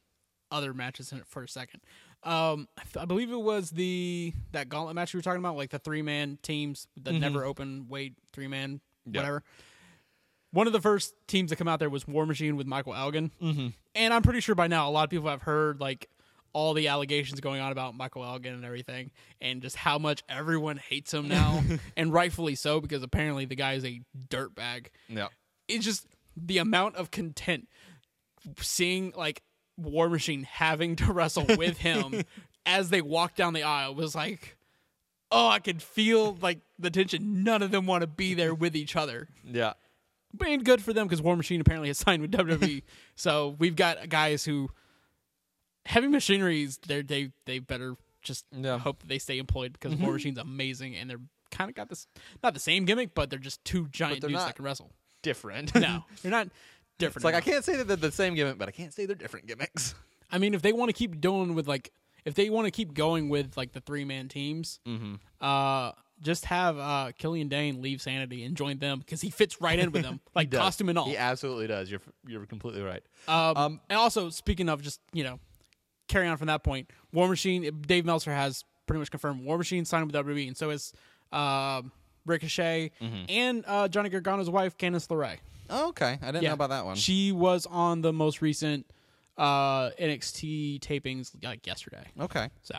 other matches in it for a second. Um, I, f- I believe it was the that gauntlet match we were talking about, like the three man teams that never open weight three man whatever. One of the first teams that come out there was War Machine with Michael Elgin, mm-hmm. and I'm pretty sure by now a lot of people have heard like all the allegations going on about Michael Elgin and everything, and just how much everyone hates him now, and rightfully so because apparently the guy is a dirtbag Yeah. it's just the amount of content seeing like War Machine having to wrestle with him as they walk down the aisle was like, oh, I could feel like the tension. None of them want to be there with each other. Yeah. And good for them because War Machine apparently has signed with WWE. so we've got guys who heavy machineries. They they they better just Yeah. Mm-hmm. hope that they stay employed because War Machine's amazing and they're kind of got this not the same gimmick, but they're just two giant they're dudes not. that can wrestle. Different. No, you're not different. It's like I enough. can't say that they're the same gimmick, but I can't say they're different gimmicks. I mean, if they want to keep doing with like, if they want to keep going with like the three man teams, uh, just have uh Killian Dane leave Sanity and join them because he fits right in with them, like does. costume and all. He absolutely does. You're you're completely right. Um, and also speaking of just you know, carry on from that point. War Machine. Dave Meltzer has pretty much confirmed War Machine signed with WWE, and so is um Ricochet and uh, Johnny Gargano's wife, Candice LeRae. Oh, okay, I didn't know about that one. She was on the most recent uh NXT tapings like yesterday. okay, So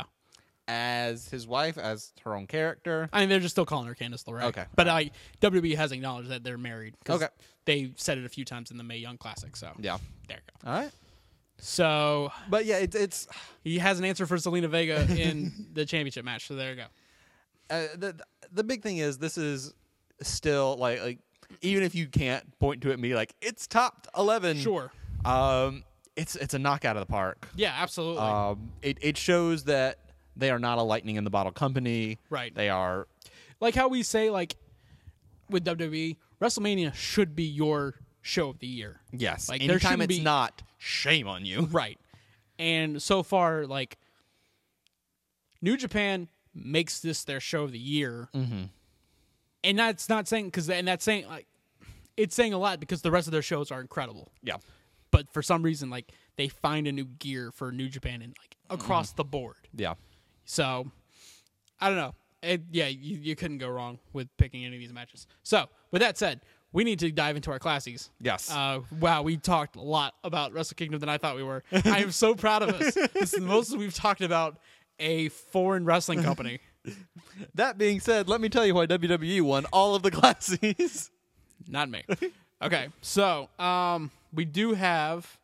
as his wife, as her own character. I mean, they're just still calling her Candice LeRae. Okay. but like WWE has acknowledged that they're married. 'cause Okay. they said it a few times in the May Young Classic. So Yeah. there you go. All right. So But yeah, it's it's he has an answer for Selena Vega in the championship match. So there you go. uh, the the big thing is this is still like like even if you can't point to it and be like it's top eleven. Sure. Um, it's it's a knockout of the park. Yeah, absolutely. Um, it it shows that they are not a lightning in the bottle company. Right. They are. like how we say like with WWE, WrestleMania should be your show of the year. Yes. Like, there anytime shouldn't it's be- not, shame on you. Right. And so far, like New Japan makes this their show of the year, mm-hmm. and that's not saying because and that's saying like it's saying a lot because the rest of their shows are incredible. Yeah. But for some reason, like they find a new gear for New Japan and like across the board. Yeah. So I don't know. It, yeah, you, you couldn't go wrong with picking any of these matches. So with that said, we need to dive into our classics. Yes. Uh, wow, we talked a lot about Wrestle Kingdom than I thought we were. I am so proud of us. This is the most we've talked about a foreign wrestling company. That being said, let me tell you why WWE won all of the classes. Not me. Okay, so um, we do have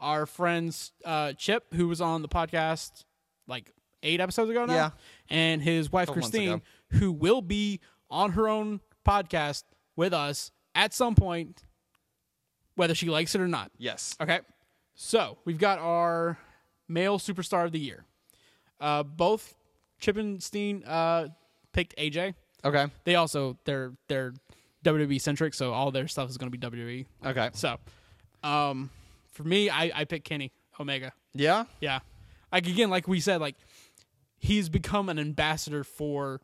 our friends uh, Chip, who was on the podcast like eight episodes ago now, Yeah. and his wife months Christine, ago. who will be on her own podcast with us at some point, whether she likes it or not. yes. Okay, so we've got our male superstar of the year. Uh, both Chip and Steen uh, picked AJ Okay. they also they're they're WWE centric, so all their stuff is going to be WWE. Okay. So, um, for me, I I pick Kenny Omega. Yeah. Yeah, like again, like we said, like he's become an ambassador for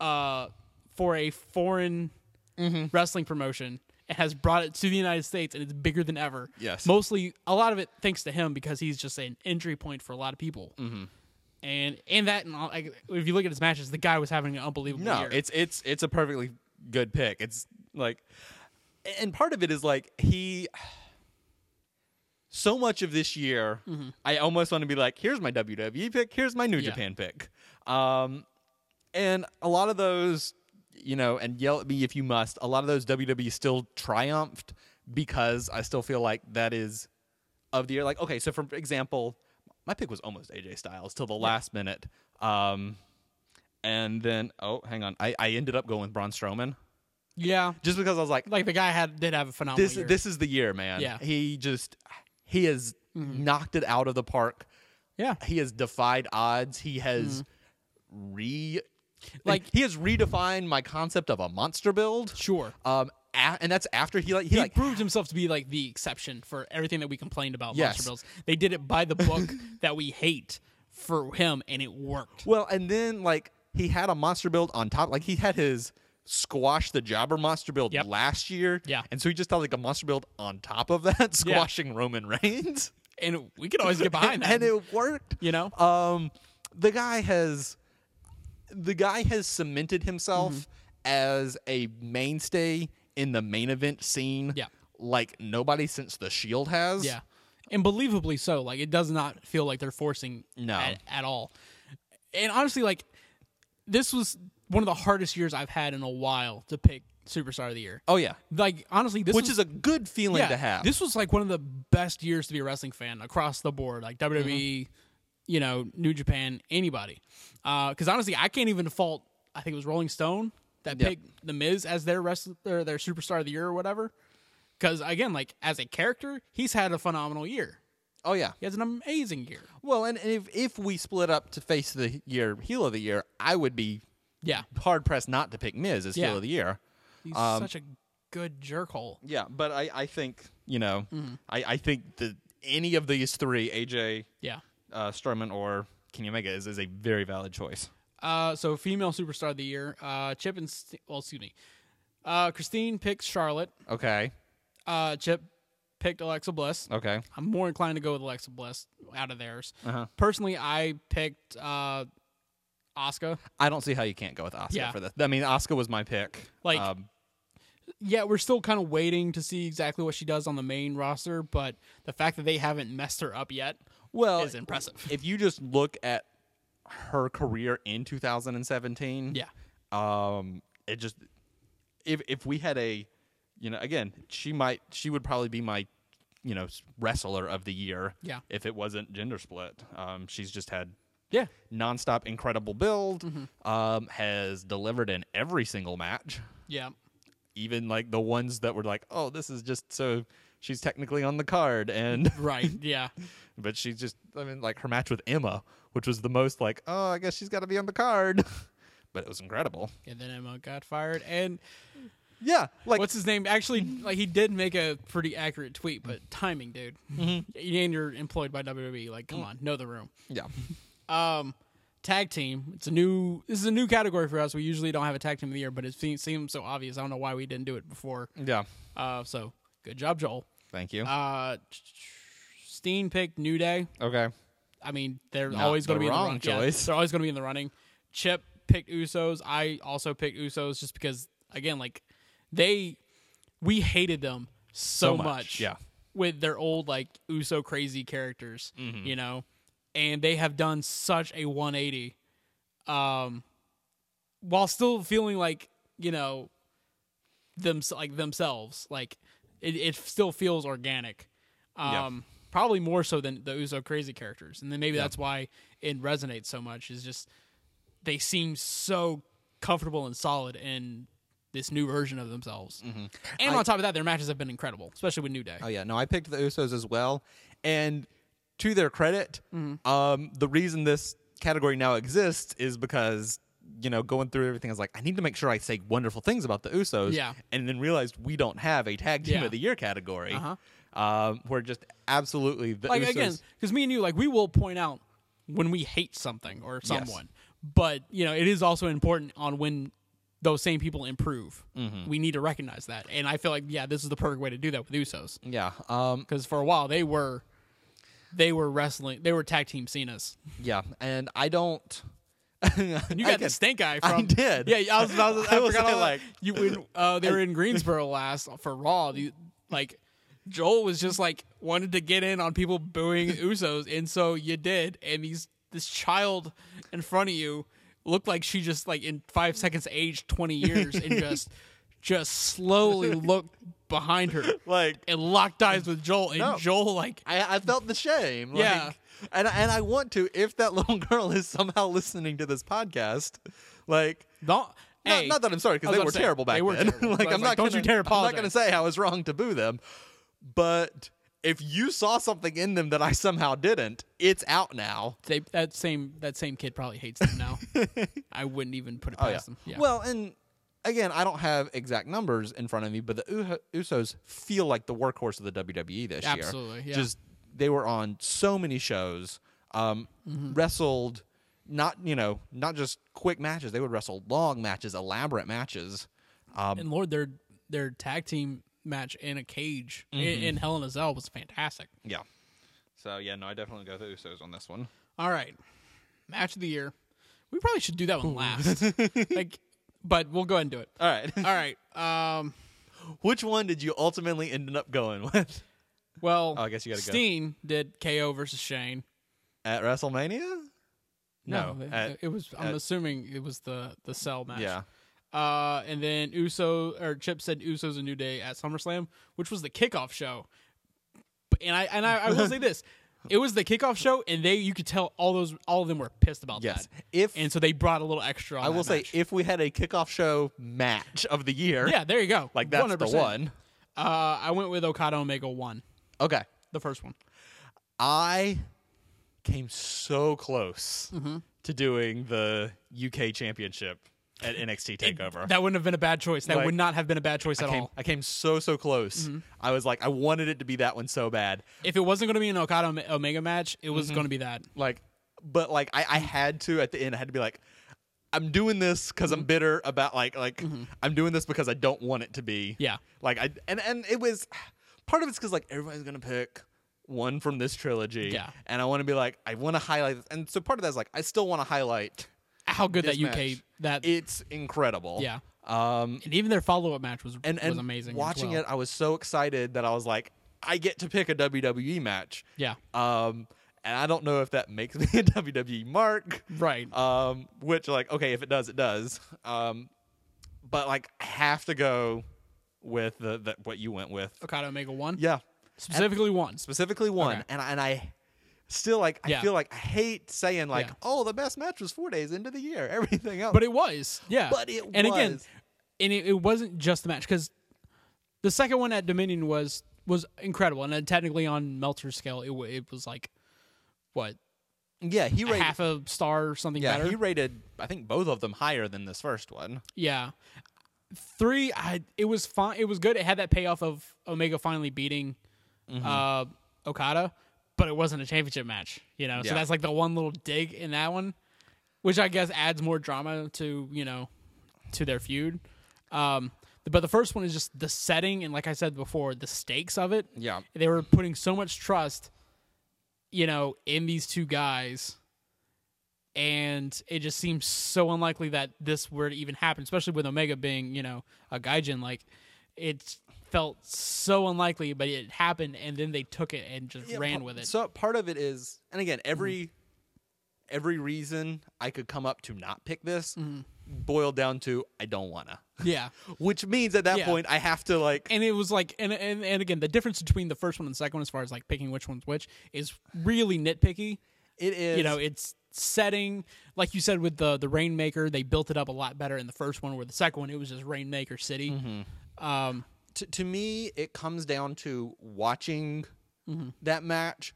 uh for a foreign Mm-hmm. wrestling promotion and has brought it to the United States, and it's bigger than ever. Yes. mostly a lot of it thanks to him because he's just an entry point for a lot of people. Mm-hmm. And and that and all, like, if you look at his matches, the guy was having an unbelievable No, year. it's it's it's a perfectly good pick. It's like and part of it is like he so much of this year i almost want to be like here's my wwe pick here's my new Yeah. japan pick um, and a lot of those you know and yell at me if you must a lot of those wwe still triumphed because i still feel like that is of the year like okay so for example my pick was almost aj styles till the last minute um, and then oh hang on I, I ended up going with braun strowman Yeah, just because i was like like the guy had did have a phenomenal this year. this is the year, man. Yeah. Mm-hmm. He just he has knocked it out of the park. yeah, He has defied odds. He has re like Mm-hmm. Like- he has redefined my concept of a monster build. sure. Um a- and that's after he like he, He like proved himself to be like the exception for everything that we complained about Yes. monster builds. They did it by the book that we hate for him, and it worked. well and then like he had a monster build on top like he had his squash the jobber monster build Yep. last year. Yeah. And so he just had like a monster build on top of that squashing Roman Reigns. And we could always get behind that. and it worked. you know, um the guy has the guy has cemented himself Mm-hmm. as a mainstay in the main event scene Yeah. like nobody since the shield has yeah, and believably so. Like it does not feel like they're forcing No. at, at all. And honestly, like this was one of the hardest years I've had in a while to pick superstar of the year. oh yeah Like honestly, this which was- is a good feeling to have This was like one of the best years to be a wrestling fan across the board, like WWE, Mm-hmm. you know, New Japan, anybody. Because honestly, I can't even fault. I think it was Rolling Stone that Yeah. picked The Miz as their wrestler, or their superstar of the year or whatever. Because again, like as a character, he's had a phenomenal year. oh yeah He has an amazing year. well and if if we split up to face the year heel of the year i would be Yeah, hard pressed not to pick miz as Yeah. heel of the year he's Um, such a good jerkhole. yeah but i i think you know Mm-hmm. i i think that any of these three aj Yeah. uh, Strowman or Kenny Omega is, is a very valid choice. Uh, so female superstar of the year, uh, Chip and St- well, excuse me, uh, Christine picks Charlotte. Okay. Uh, Chip picked Alexa Bliss. Okay. I'm more inclined to go with Alexa Bliss out of theirs. Uh-huh. Personally, I picked uh, Oscar. I don't see how you can't go with Oscar Yeah. for this. I mean, Oscar was my pick. Like- um, Yeah, we're still kind of waiting to see exactly what she does on the main roster, but the fact that they haven't messed her up yet well, is impressive. if you just look at her career in 2017, Yeah, um, it just if if we had a, you know, again, she might she would probably be my, you know, wrestler of the year. Yeah. If it wasn't gender split, um, she's just had yeah, nonstop incredible build, um, has delivered in every single match. yeah, even like the ones that were like, oh, this is just so she's technically on the card, and right, yeah, but she's just, I mean, like her match with Emma, which was the most like, oh, I guess she's got to be on the card, but it was incredible. and then Emma got fired, and Yeah, like what's his name? Actually, like he did make a pretty accurate tweet, but timing, dude. Mm-hmm. And you're employed by WWE. Like, Mm. come on, know the room. yeah, Um, tag team. It's a new. This is a new category for us. We usually don't have a tag team of the year, but it seems, seems so obvious. I don't know why we didn't do it before. yeah. Uh, so good job, Joel. Thank you. Uh, Steen picked New Day. okay, I mean, they're Not always going the to be in wrong the run- yeah, choice. they're always going to be in the running. Chip picked Usos. I also picked Usos just because, again, like they, we hated them so, So much, yeah. with their old like Uso crazy characters, Mm-hmm. you know, and they have done such a 180, um, while still feeling like you know, them like themselves, like it, it still feels organic. Yeah. Um, probably more so than the Uso crazy characters, and then maybe that's why it resonates so much. Is just they seem so comfortable and solid in this new version of themselves. And on top of that, their matches have been incredible, especially with New Day. oh yeah. No, I picked the Usos as well, and to their credit, Mm-hmm. um, the reason this category now exists is because. You know, going through everything, I was like, I need to make sure I say wonderful things about the Usos. Yeah. And then realized we don't have a tag team Yeah. Uh-huh. of the year category. um, where just absolutely the like Usos- again, because me and you, like we will point out when we hate something or someone, but you know it is also important on when those same people improve. We need to recognize that, and I feel like yeah, this is the perfect way to do that with Usos Yeah, um, because for a while they were they were wrestling, they were tag team Cena's. yeah, and I don't. And you I got the can- stink eye I from. did. Yeah, I was. I, was, I, I was forgot all like- like you. When, uh, they were in Greensboro last for Raw. You, like Joel was just like wanted to get in on people booing Usos, and so you did. And these this child in front of you looked like she just like in five seconds aged twenty years, and just just slowly looked behind her Like and locked eyes with Joel, and No. Joel like I, I felt the shame. Like, Yeah. And I- and I want to if that little girl is somehow listening to this podcast, like don't. not, hey, not that I'm sorry I because they was about were to say, terrible back they were then. terrible. like I was I'm like, not don't gonna, you dare I'm not going to apologize. say I was wrong to boo them, but if you saw something in them that I somehow didn't, it's out now. they that same that same kid probably hates them now. I wouldn't even Oh, put it past them. Oh, Yeah. Well, and again, I don't have exact numbers in front of me, but the Uho- Usos feel like the workhorse of the WWE this year. Absolutely, yeah. Just they were on so many shows, um, Mm-hmm. wrestled not you know not just quick matches. They would wrestle long matches, elaborate matches. Um, and Lord, their their tag team match in a cage i- in, Mm-hmm. Hell in a Cell was fantastic. yeah. So yeah, no, I definitely go with the Usos on this one. All right, match of the year. We probably should do that one last. like, but we'll go ahead and do it. All right. All right. Um. Which one did you ultimately end up going with Well, Oh, I guess you gotta go. Steen did KO versus Shane. at WrestleMania? it, at- it was. I'm at- assuming it was the the Cell match. yeah. Uh, and then Uso or Chip said Uso's a new day at SummerSlam, which was the kickoff show. But- And I and I, I will say this, it was the kickoff show, and they you could tell all those all of them were pissed about Yes. that. If And so they brought a little extra. On I will that say, match. if we had a kickoff show match of the year, yeah, there you go. like that's the 100%. one. Uh, I went with Okada Omega one, Okay, the first one. I came so close Mm-hmm. to doing the UK Championship at NXT Takeover. That wouldn't have been a bad choice. That Like, would not have been a bad choice I at came, all. Mm-hmm. I came so so close. I was like, I wanted it to be that one so bad. If it wasn't going to be an Okada Ome- Omega match, it Mm-hmm. was going to be that. Like, but like, I, I had to at the end. I had to be like. I'm doing this because Mm-hmm. I'm bitter about like like I'm doing this because I don't want it to be Yeah. Like I and and it was part of it's because like everybody's gonna pick one from this trilogy. Yeah. And I want to be like I want to highlight, this. and so part of that's like I still want to highlight. How good This that UK match. that It's incredible. Yeah. Um. and even their follow up match was And and was amazing. as Watching well. it, I was so excited that I was like, I get to pick a WWE match. yeah, Um. And I don't know if that makes me a WWE mark. right. Um, which like okay, if it does, it does. Um, but like I have to go with the, the what you went with. Okada Omega one. Yeah, specifically one. specifically one, Okay. and I, and I still like I Yeah. feel like I hate saying like Yeah. oh the best match was four days into the year, everything else. But it was, yeah. But it and again, was. and it, it wasn't just the match because the second one at Dominion was was incredible, and then technically on Meltzer's scale, it wa- it was like what yeah, he rated half a star or something yeah better. he rated I think both of them higher than this first one. yeah, three. I it was fine. It was good. It had that payoff of Omega finally beating Mm-hmm. uh, Okada, but it wasn't a championship match. You know, Yeah. so that's like the one little dig in that one, which I guess adds more drama to you know to their feud. Um, but the first one is just the setting and, like I said before, the stakes of it. Yeah. they were putting so much trust, you know, in these two guys, and it just seems so unlikely that this were to even happen, especially with Omega being, you know, a gaijin. Like, it felt so unlikely, but it happened, and then they took it and just Yeah, ran pa- with it. So part of it is, and again, every Mm-hmm. every reason I could come up to not pick this boiled down to I don't wanna, yeah. which means at that Yeah. point I have to like and it was like and, and and again the difference between the first one and the second one as far as like picking which one's which is really nitpicky it is you know it's setting like you said with the the rainmaker they built it up a lot better in the first one where the second one it was just rainmaker city Mm-hmm. um to, to me it comes down to watching Mm-hmm. that match.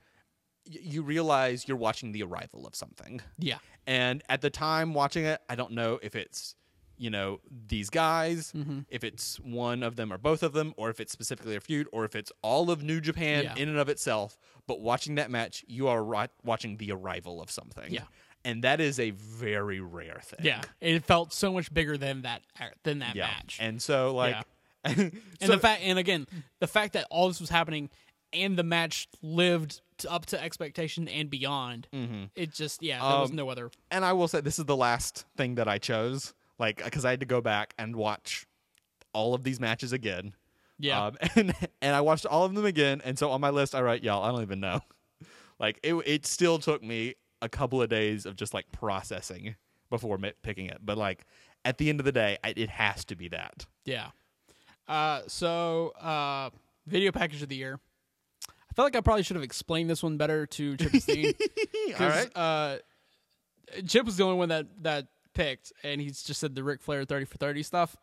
Y- you realize you're watching the arrival of something. yeah And at the time watching it, I don't know if it's, you know, these guys, Mm-hmm. if it's one of them or both of them, or if it's specifically a feud, or if it's all of New Japan Yeah. in and of itself. But watching that match, you are ri- watching the arrival of something. Yeah. And that is a very rare thing. yeah it felt so much bigger than that uh, than that Yeah. match And so, like, so- and the fact and again the fact that all this was happening and the match lived to, up to expectation and beyond. Mhm. It just yeah, there was Um, no other. And I will say this is the last thing that I chose, like because I had to go back and watch all of these matches again. Yeah, Um, and and I watched all of them again, and so on my list, I write y'all. I don't even know. Like it, it still took me a couple of days of just like processing before mi- picking it. But like at the end of the day, I, it has to be that. yeah. Uh, so uh, video package of the year. I felt like I probably should have explained this one better to Chip and Steen. all 'Cause, right. Uh, Chip was the only one that that picked, and he's just said the Ric Flair thirty for thirty stuff.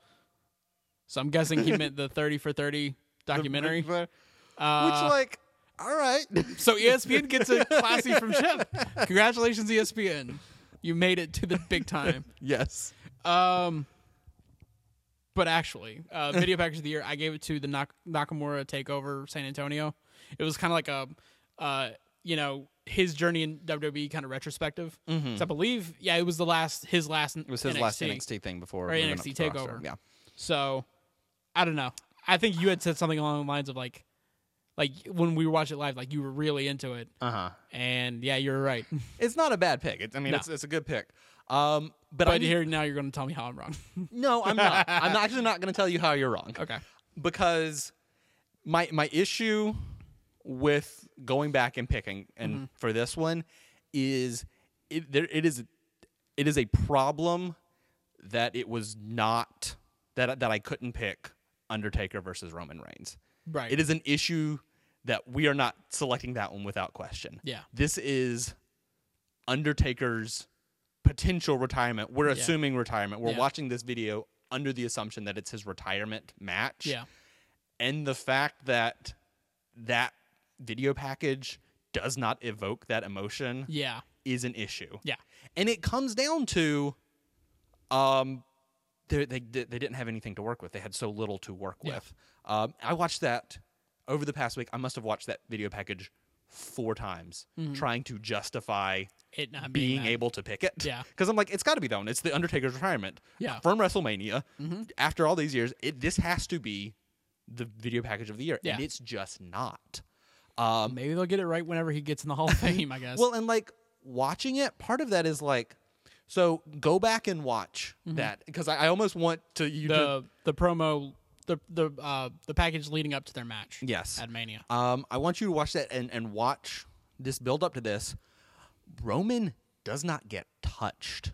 So I'm guessing he meant the thirty for thirty documentary. Which Uh, like, all right. so E ESPN gets a classy from Chip. Congratulations, E ESPN. You made it to the big time. yes. Um, but actually, uh, video package of the year, I gave it to the Nak- Nakamura Takeover San Antonio. It was kind of like a, uh, you know, his journey in WWE kind of retrospective. So I believe, yeah, it was the last his last. Mm-hmm. It was his last NXT thing before Or moving up NXT to the roster. takeover. Yeah, So, I don't know. I think you had said something along the lines of like, like when we watched it live, like you were really into it, Uh Uh-huh. huh. and yeah, you're right. It's not a bad pick. It's, I mean, No. it's, it's a good pick. Um, but, I But need- here now you're going to tell me how I'm wrong. no, I'm not. I'm actually not going to tell you how you're wrong. okay. because my my issue with going back and picking and Mm-hmm. for this one is it, there, it is it is a problem that it was not that that I couldn't pick Undertaker versus Roman Reigns. Right. It is an issue that we are not selecting that one without question. Yeah. This is Undertaker's potential retirement. We're assuming retirement. We're Yeah. watching this video under the assumption that it's his retirement match Yeah. and the fact that that video package does not evoke that emotion Yeah. is an issue. Yeah. And it comes down to um they they they didn't have anything to work with. They had so little to work Yeah. with. Um I watched that over the past week. I must have watched that video package four times trying to justify Mm-hmm. It not being, being that. able to pick it. Yeah. Because I'm like, it's got to be that one. It's the Undertaker's retirement. Yeah. Mm-hmm. From WrestleMania, after all these years, it, this has to be the video package of the year, and Yeah. it's just not. Um, Maybe they'll get it right whenever he gets in the Hall of Fame, I guess. well, and like watching it, part of that is like, so go back and watch that because I, I almost want to you to the the promo the the uh the package leading up to their match. Yes. At Mania. Um, I want you to watch that and, and watch this build up to this. Roman does not get touched.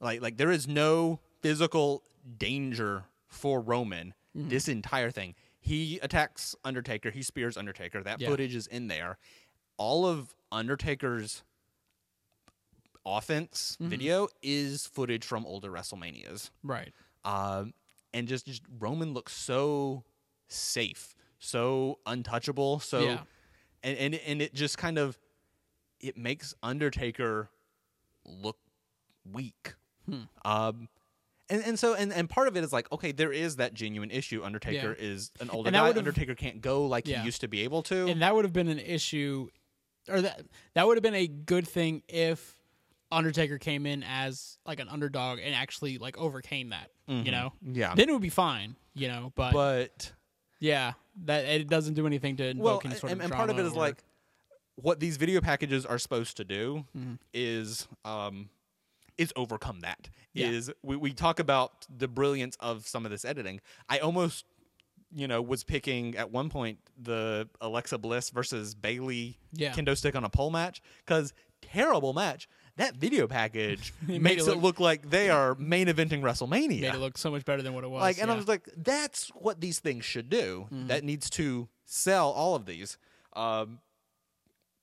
Like like there is no physical danger for Roman Mm-hmm. this entire thing. He attacks Undertaker, he spears Undertaker. That Yeah. footage is in there. All of Undertaker's offense Mm-hmm. video is footage from older WrestleManias. Right. Um, and just, just Roman looks so safe, so untouchable, so Yeah. and, and and it just kind of it makes Undertaker look weak. Hmm. Um and, and so and, and part of it is like okay there is that genuine issue Undertaker is an older And that guy would've- Undertaker can't go like Yeah. he used to be able to And that would have been an issue or that that would have been a good thing if Undertaker came in as like an underdog and actually like overcame that, you know? Mm-hmm. yeah Then it would be fine, you know, but, but yeah, that it doesn't do anything to invoke well any sort and, of and part of it drama is or- like what these video packages are supposed to do Mm-hmm. is um is overcome that Yeah. is we, we talk about the brilliance of some of this editing i almost you know was picking at one point the alexa bliss versus bailey Yeah. kendo stick on a pole match because terrible match that video package made makes it it look, look- like they are main eventing wrestlemania made it look so much better than what it was. like and i yeah. Mm-hmm. was like that's what these things should do that needs to sell all of these um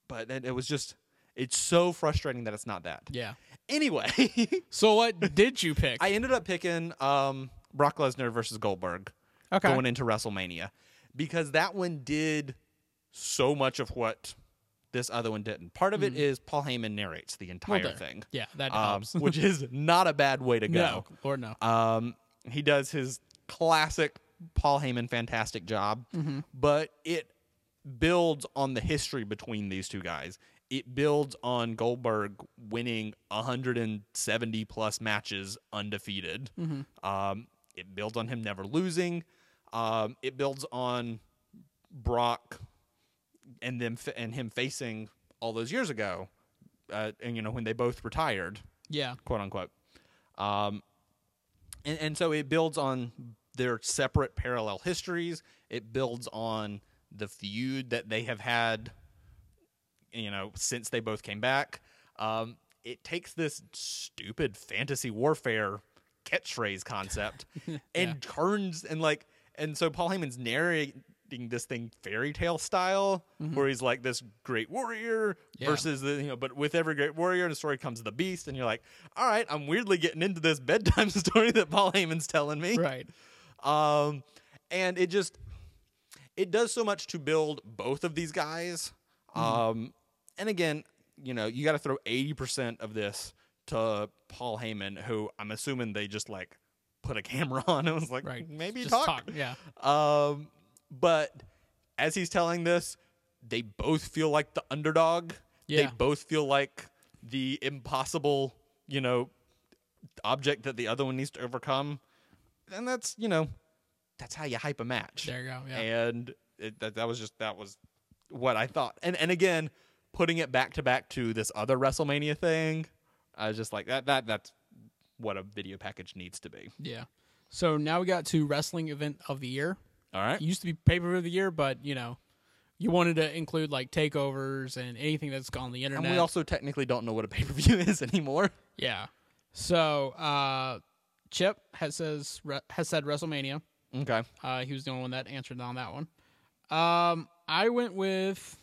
but it, it was just it's so frustrating that it's not that Yeah. anyway So what did you pick? i ended up picking um brock lesnar versus goldberg Okay. going into wrestlemania because that one did so much of what this other one didn't part of it is paul heyman narrates the entire Mm-hmm. there. thing Yeah, that um, helps. which is not a bad way to go no, Lord no. um, he does his classic Paul Heyman fantastic job, but it builds on the history between these two guys. It builds on Goldberg winning 170 plus matches undefeated. Um, it builds on him never losing. Um, it builds on Brock and them fa- and him facing all those years ago, uh, and you know when they both retired, Yeah. quote unquote. Um, and, and so it builds on their separate parallel histories. It builds on the feud that they have had, you know, since they both came back. Um, it takes this stupid fantasy warfare catchphrase concept and turns and like and so Paul Heyman's narrating this thing fairy tale style where he's like this great warrior Mm-hmm. Yeah. versus is the you know, but with every great warrior in a story comes the beast, and you're like, all right, I'm weirdly getting into this bedtime story that Paul Heyman's telling me. Right. Um, and it just it does so much to build both of these guys. Mm-hmm. Um, and again, you know, you got to throw eighty percent of this to Paul Heyman, who I'm assuming they just like put a camera on and was like, Right. maybe Just talk. Yeah. Um, but as he's telling this, they both feel like the underdog. They Yeah. both feel like the impossible, you know, object that the other one needs to overcome. And that's, you know, that's how you hype a match. There you go. Yeah. And it, that, that was just, that was what I thought. And, and again, putting it back to back to this other WrestleMania thing, I was just like, that, that, that's what a video package needs to be. yeah. So now we got to wrestling event of the year. All right. It used to be pay per view of the year, but you know, you wanted to include like takeovers and anything that's on the internet. And we also technically don't know what a pay per view is anymore. yeah. So uh, Chip has says re- has said WrestleMania. Okay. Uh, he was the only one that answered on that one. Um, I went with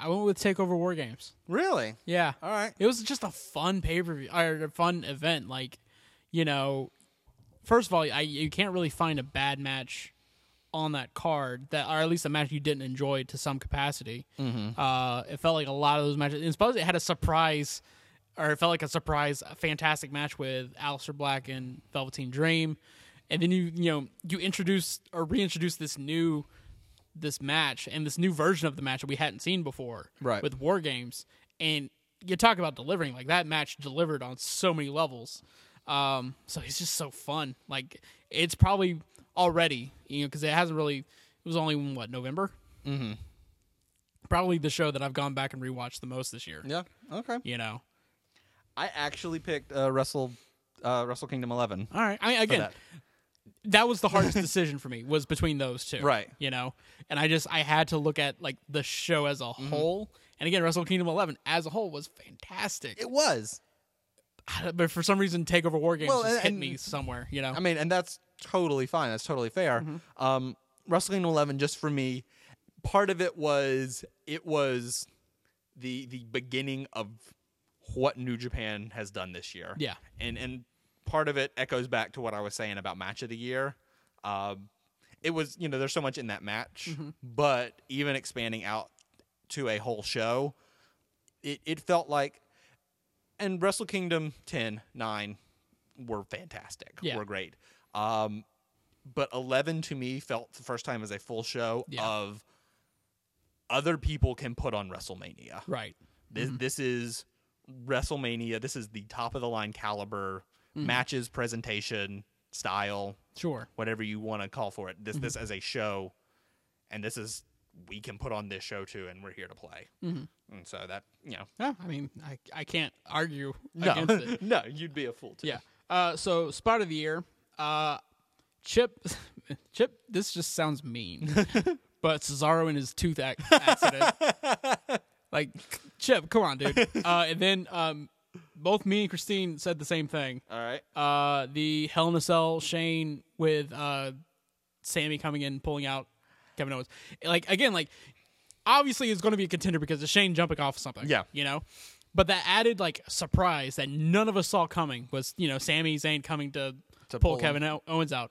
I went with Takeover War Games. Really? Yeah, All right. it was just a fun pay per view or a fun event. Like, you know, first of all, I you can't really find a bad match on that card that, or at least a match you didn't enjoy to some capacity. Mm-hmm. Uh, it felt like a lot of those matches. And suppose it had a surprise, or it felt like a surprise, a fantastic match with Aleister Black and Velveteen Dream, and then you you know you introduce or reintroduce this new this match and this new version of the match that we hadn't seen before Right. with war games and you talk about delivering like that match delivered on so many levels um so it's just so fun like it's probably already you know because it hasn't really it was only what november mm-hmm probably the show that i've gone back and rewatched the most this year Yeah. Okay. you know I actually picked uh, Wrestle uh, Wrestle Kingdom 11. all right i mean again that. that. was the hardest decision for me was between those two Right. you know and i just i had to look at like the show as a Mm-hmm. whole and again wrestle kingdom 11 as a whole was fantastic It was. but for some reason, Takeover War Games Well, just hit and- me somewhere. You know, Mm-hmm. I mean, and that's totally fine. That's totally fair. Um, Wrestle Kingdom 11, just for me, part of it was it was the the beginning of what New Japan has done this year. Yeah. and and part of it echoes back to what I was saying about match of the year. Um, it was you know there's so much in that match, Mm-hmm. but even expanding out to a whole show, it it felt like and Wrestle Kingdom 10, 9 were fantastic. Yeah. Were great. Um, but 11 to me felt the first time as a full show Yeah. of other people can put on WrestleMania. right? This, Mm-hmm. this is WrestleMania. This is the top of the line caliber matches, presentation, style, Mm-hmm. Sure. Mm-hmm. whatever you want to call for it. This this as a show, and this is we can put on this show too, and we're here to play. Mm-hmm. And so that you know, Yeah, I mean, I I can't argue no, against it. no, you'd be a fool too. Yeah. Uh, so spot of the year, uh, Chip, Chip. This just sounds mean, but Cesaro in his tooth ac- accident. like Chip, come on, dude. Uh, and then um, both me and Christine said the same thing. All right. Uh, the Hell in a Cell Shane with uh, Sammy coming in pulling out Kevin Owens. Like again, like obviously it's going to be a contender because it's Shane jumping off something. Yeah. you know. But that added like surprise that none of us saw coming was you know Sammy Zayn coming to, To pull, pull him. Mm-hmm. Kevin Ow- Owens out.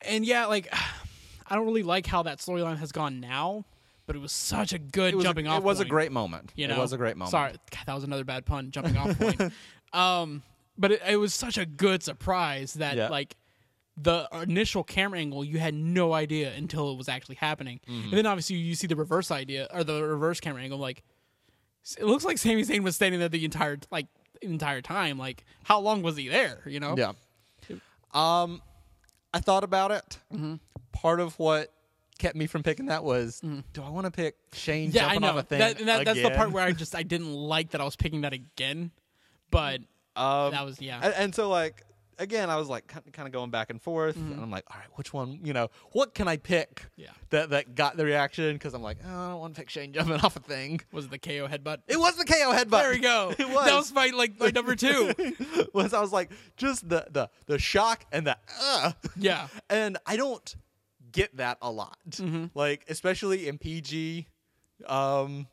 And yeah, like I don't really like how that storyline has gone now, but it was such a good It was jumping a, off. It was a point. great moment. You know, it was a great moment. Sorry, God, that was another bad pun. Jumping off point. Um, but it, it was such a good surprise that Yeah. like the initial camera angle you had no idea until it was actually happening, Mm-hmm. and then obviously you see the reverse idea or the reverse camera angle. Like it looks like Sami Zayn was standing there the entire like entire time. Like how long was he there? You know? Mm-hmm. Yeah. Um, I thought about it. Part of what kept me from picking that was, do I want to pick Shane Mm-hmm. Yeah, I jumping know. off a thing? That, and that- that's the part again? where I just I didn't like that I was picking that again, but Um, that was yeah. and, and so like again, I was like kind of going back and forth, and I'm like, all right, which one? You know, what can I pick? Mm-hmm. Yeah. That that got the reaction because I'm like, oh, I don't want to pick Shane jumping off a thing. was it the KO headbutt? It was the KO headbutt. there we go. It was. That was my like my number two. was I was like just the the the shock and the uh. Yeah. Mm-hmm. And I don't get that a lot. Like especially in PG um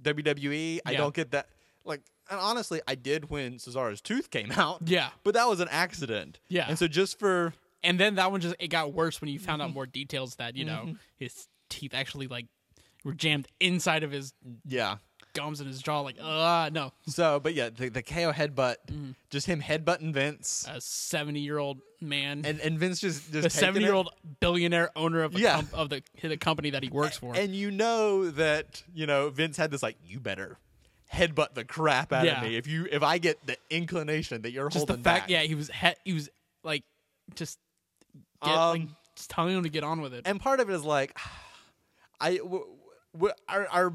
WWE, I Yeah. don't get that like and honestly, I did when Cesaro's tooth came out. Yeah. But that was an accident. Yeah. And so just for And then that one just it got worse when you found Mm-hmm. out more details that you know his teeth actually like were jammed inside of his yeah. gums and his jaw. Like ah no, So, but yeah, the, the KO headbutt, Mm-hmm. just him headbutting Vince, a seventy year old man, and, and Vince just just Uh, the taking it. seventy year old billionaire owner of a Yeah. comp- of the the company that he works for. And you know that, you know, Vince had this like, you better headbutt the crap out Yeah. of me if you if I get the inclination that you're just the holding fact, back. yeah, he was he, he was like just get, like, Um, just telling him to get on with it. And part of it is like, I w- w- our, our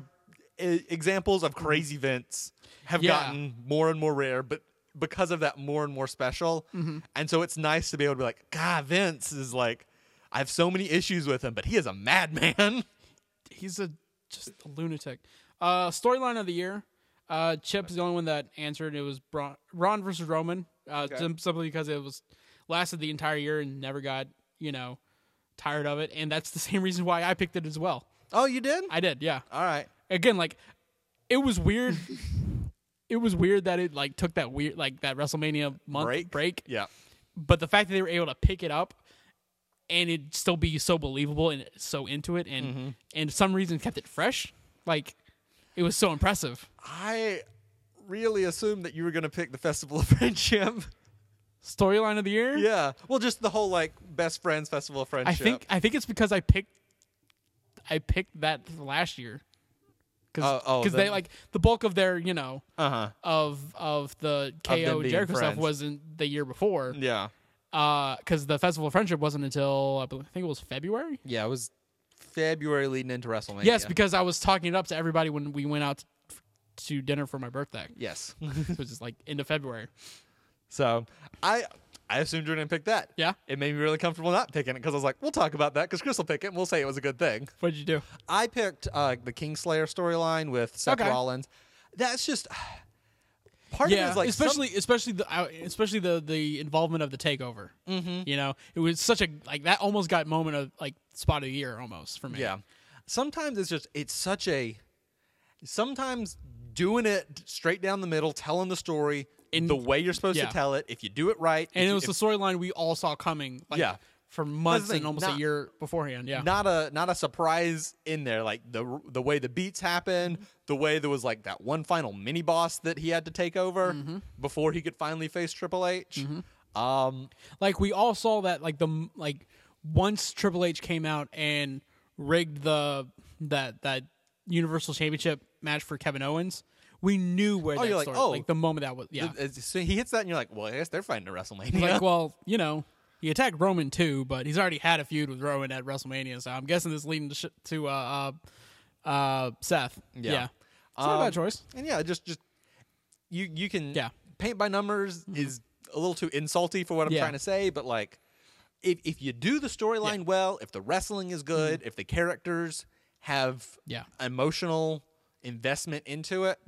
e- examples of crazy Vince have Mm-hmm. Yeah. gotten more and more rare, but because of that, more and more special. Mm-hmm. And so it's nice to be able to be like, God, Vince is like, I have so many issues with him, but he is a madman. He's a just a lunatic. Uh, storyline of the year. Uh, Chip's the only one that answered. It was Braun, Ron versus Roman. Uh, sim- simply because it was lasted the entire year and never got you know tired of it. And that's the same reason why I picked it as well. Oh, you did? I did, yeah. All right. again like it was weird it was weird that it like took that weird like that wrestlemania month break, Break? Yeah. but the fact that they were able to pick it up and it still be so believable and so into it and Mm-hmm. and some reason kept it fresh like it was so impressive I really assumed that you were going to pick the Festival of Friendship. storyline of the year yeah. Well, just the whole like best friends Festival of Friendship. i think i think it's because i picked i picked that last year because Oh, oh, they then- like the bulk of their you know Uh huh. of of the Of them ko being jericho stuff friends. wasn't the year before Yeah. because the festival of friendship wasn't until I, bel- I think it was February. Yeah. It was February leading into WrestleMania. Yes, because I was talking it up to everybody when we went out t- to dinner for my birthday, yes. which is like end of February. so I I assumed you were going to pick that. Yeah. It made me really comfortable not picking it because I was like, we'll talk about that because Chris will pick it and we'll say it was a good thing. What did you do? I picked uh, the Kingslayer storyline with Seth Okay. Rollins. That's just part of it Yeah, is like some- especially especially the I- especially the the involvement of the takeover. Mm-hmm. You know, it was such a like that almost got moment of like spot of the year almost for me. Yeah. Sometimes it's just it's such a sometimes doing it straight down the middle, telling the story in the way you're supposed yeah. to tell it. If you do it right, and if it you- was the if- storyline we all saw coming. Like, Yeah. for months thing, and almost not- a year beforehand. Yeah, not a not a surprise in there. Like the the way the beats happen, the way there was like that one final mini boss that he had to take over Mm-hmm. before he could finally face Triple H. Um, like we all saw that like the like once Triple H came out and rigged the that that Universal Championship match for Kevin Owens, we knew where that you're like, started. oh. like the moment that was yeah. th- so he hits that, and you're like, well, I guess they're fighting at WrestleMania. Like well, you know, he attacked Roman too, but he's already had a feud with Roman at WrestleMania, so I'm guessing this leading to sh- to uh, uh uh Seth. Yeah. It's not a Um, bad choice. and yeah, just just you you can Yeah. Mm-hmm. paint by numbers is a little too insulty for what I'm Yeah. trying to say, but like if if you do the storyline well, if the wrestling is good, if the characters have Mm-hmm. Yeah. Mm-hmm. emotional investment into it,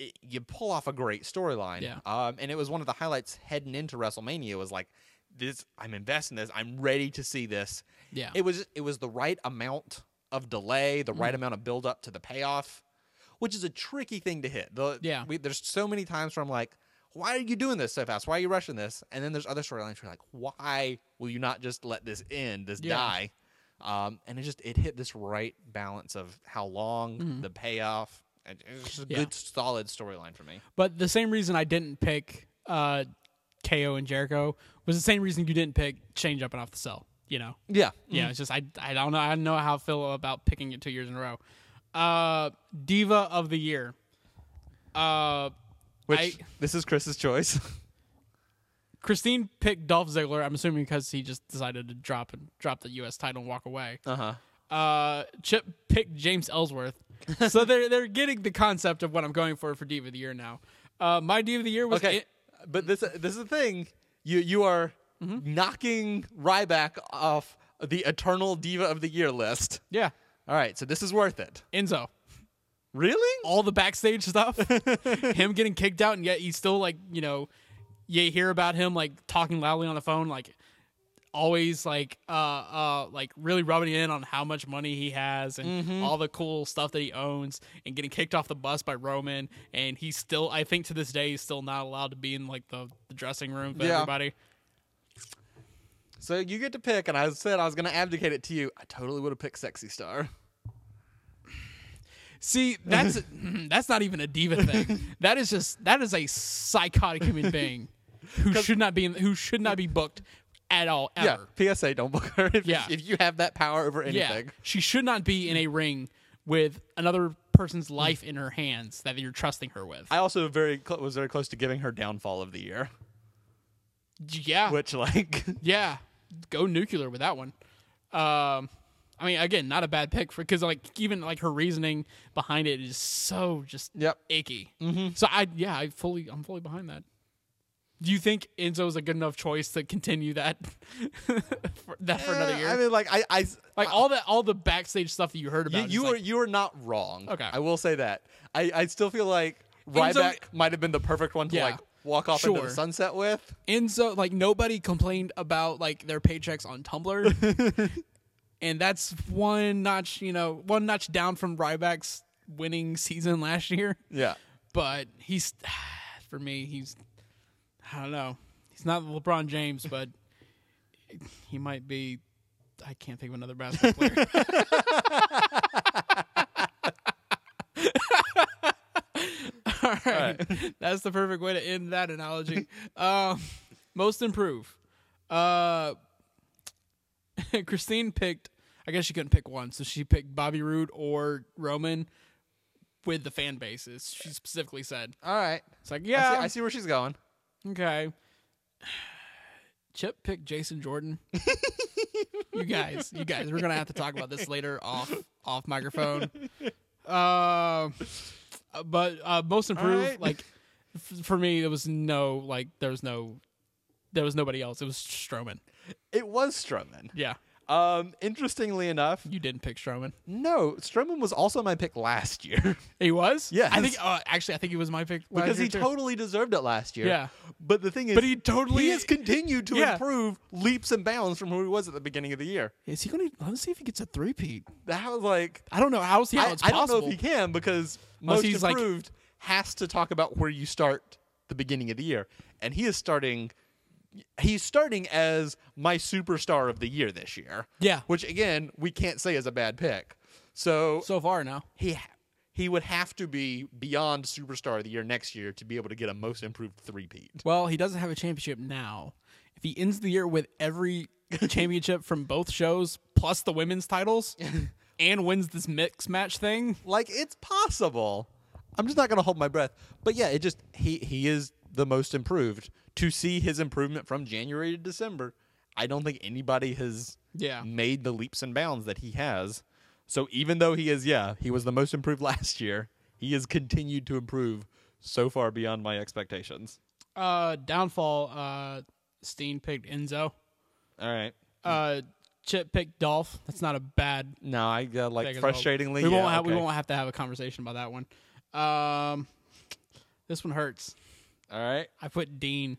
i- you pull off a great storyline. Yeah. Um, and it was one of the highlights heading into WrestleMania was like this I'm investing this. I'm ready to see this. Yeah. It was it was the right amount of delay, the Mm. right amount of build up to the payoff, which is a tricky thing to hit. The, Yeah. we, there's so many times where I'm like, why are you doing this so fast? Why are you rushing this? And then there's other storylines where you're like, why will you not just let this end, this Yeah. die? Um, and it just it hit this right balance of how long the payoff. And It's just a Mm-hmm. Yeah. good solid storyline for me. But the same reason I didn't pick uh, KO and Jericho was the same reason you didn't pick Shane jumping off the cell. You know, Yeah. yeah. It's just I I don't know I don't know how I feel about picking it two years in a row. Uh, Diva of the year. Uh, Which I- this is Chris's choice. Christine picked Dolph Ziggler. I'm assuming because he just decided to drop and drop the U.S. title and walk away. uh huh. uh, Chip picked James Ellsworth. so they're they're getting the concept of what I'm going for for Diva of the Year now. Uh, my Diva of the Year was Okay, it- but this this is the thing. You you are Mm-hmm. knocking Ryback off the eternal diva of the year list. yeah, All right, so this is worth it. Enzo. Really? All the backstage stuff, him getting kicked out, and yet he's still like you know, you hear about him like talking loudly on the phone, like always like uh uh like really rubbing in on how much money he has and all the cool stuff that he owns and getting kicked off the bus by Roman and he's still I think to this day he's still not allowed to be in like the, the dressing room for Yeah. everybody. So you get to pick, and I said I was going to abdicate it to you. I totally would have picked Sexy Star. See, that's that's not even a diva thing. That is just that is a psychotic human being who should not be in, who should not be booked at all ever. Yeah. PSA, don't book her if, Yeah. if you have that power over Yeah, anything. she should not be in a ring with another person's life in her hands that you're trusting her with. Hmm. I also very cl- was very close to giving her downfall of the year, yeah, which like yeah, go nuclear with that one. Um, I mean, again, not a bad pick for because like even like her reasoning behind it is so just Yep. Mm-hmm. icky. So I yeah, I fully I'm fully behind that. Do you think Enzo is a good enough choice to continue that for, that for another eh, year? I mean, like I, I like all that all the backstage stuff that you heard about. you, is you like, are you are not wrong. Okay. I will say that. I, I still feel like In some- Ryback might have been the perfect one to Yeah. like walk off into Sure. the sunset with. Enzo, like nobody complained about like their paychecks on Tumblr, and that's one notch, you know, one notch down from Ryback's winning season last year. Yeah. But he's, for me, he's, I don't know, he's not LeBron James, but he might be. I can't think of another basketball player. All right. That's the perfect way to end that analogy. um, most improve. Uh, Christine picked, I guess she couldn't pick one, so she picked Bobby Roode or Roman with the fan bases. She specifically said, All right. it's like, I see- yeah, I see where she's going. okay. Chip picked Jason Jordan. you guys, you guys, we're gonna have to talk about this later off off microphone. Uh, but uh, most improved, right. like f- for me, there was no like there was no there was nobody else. It was Strowman. It was Strowman. Yeah, Um, interestingly enough, you didn't pick Strowman. no, Strowman was also my pick last year He was. Yes. I think uh, actually I think he was my pick last because year, he too. totally deserved it last year. Yeah. But the thing is, But he totally he has continued to Yeah. improve leaps and bounds from who he was at the beginning of the year. is he going to? Let's see if he gets a three peat. That was like I don't know how is he? How I, it's I don't possible? know if he can because Unless most he's, like- improved has to talk about where you start the beginning of the year, and he is starting. He's starting as my superstar of the year this year. Yeah. which again we can't say is a bad pick. So, so far now. he he would have to be beyond superstar of the year next year to be able to get a most improved three peat. Well, he doesn't have a championship now. If he ends the year with every championship from both shows plus the women's titles and wins this mix match thing, Like it's possible. I'm just not going to hold my breath. But yeah, it just he he is the most improved. To see his improvement from January to December, I don't think anybody has Yeah. made the leaps and bounds that he has. So even though he is yeah, he was the most improved last year, he has continued to improve so far beyond my expectations. uh downfall uh Steen picked Enzo. All right. Uh Chip picked Dolph. That's not a bad No, I uh, like pick as well. frustratingly. We won't yeah, have we okay. won't have to have a conversation about that one. Um this one hurts. All right. I put Dean.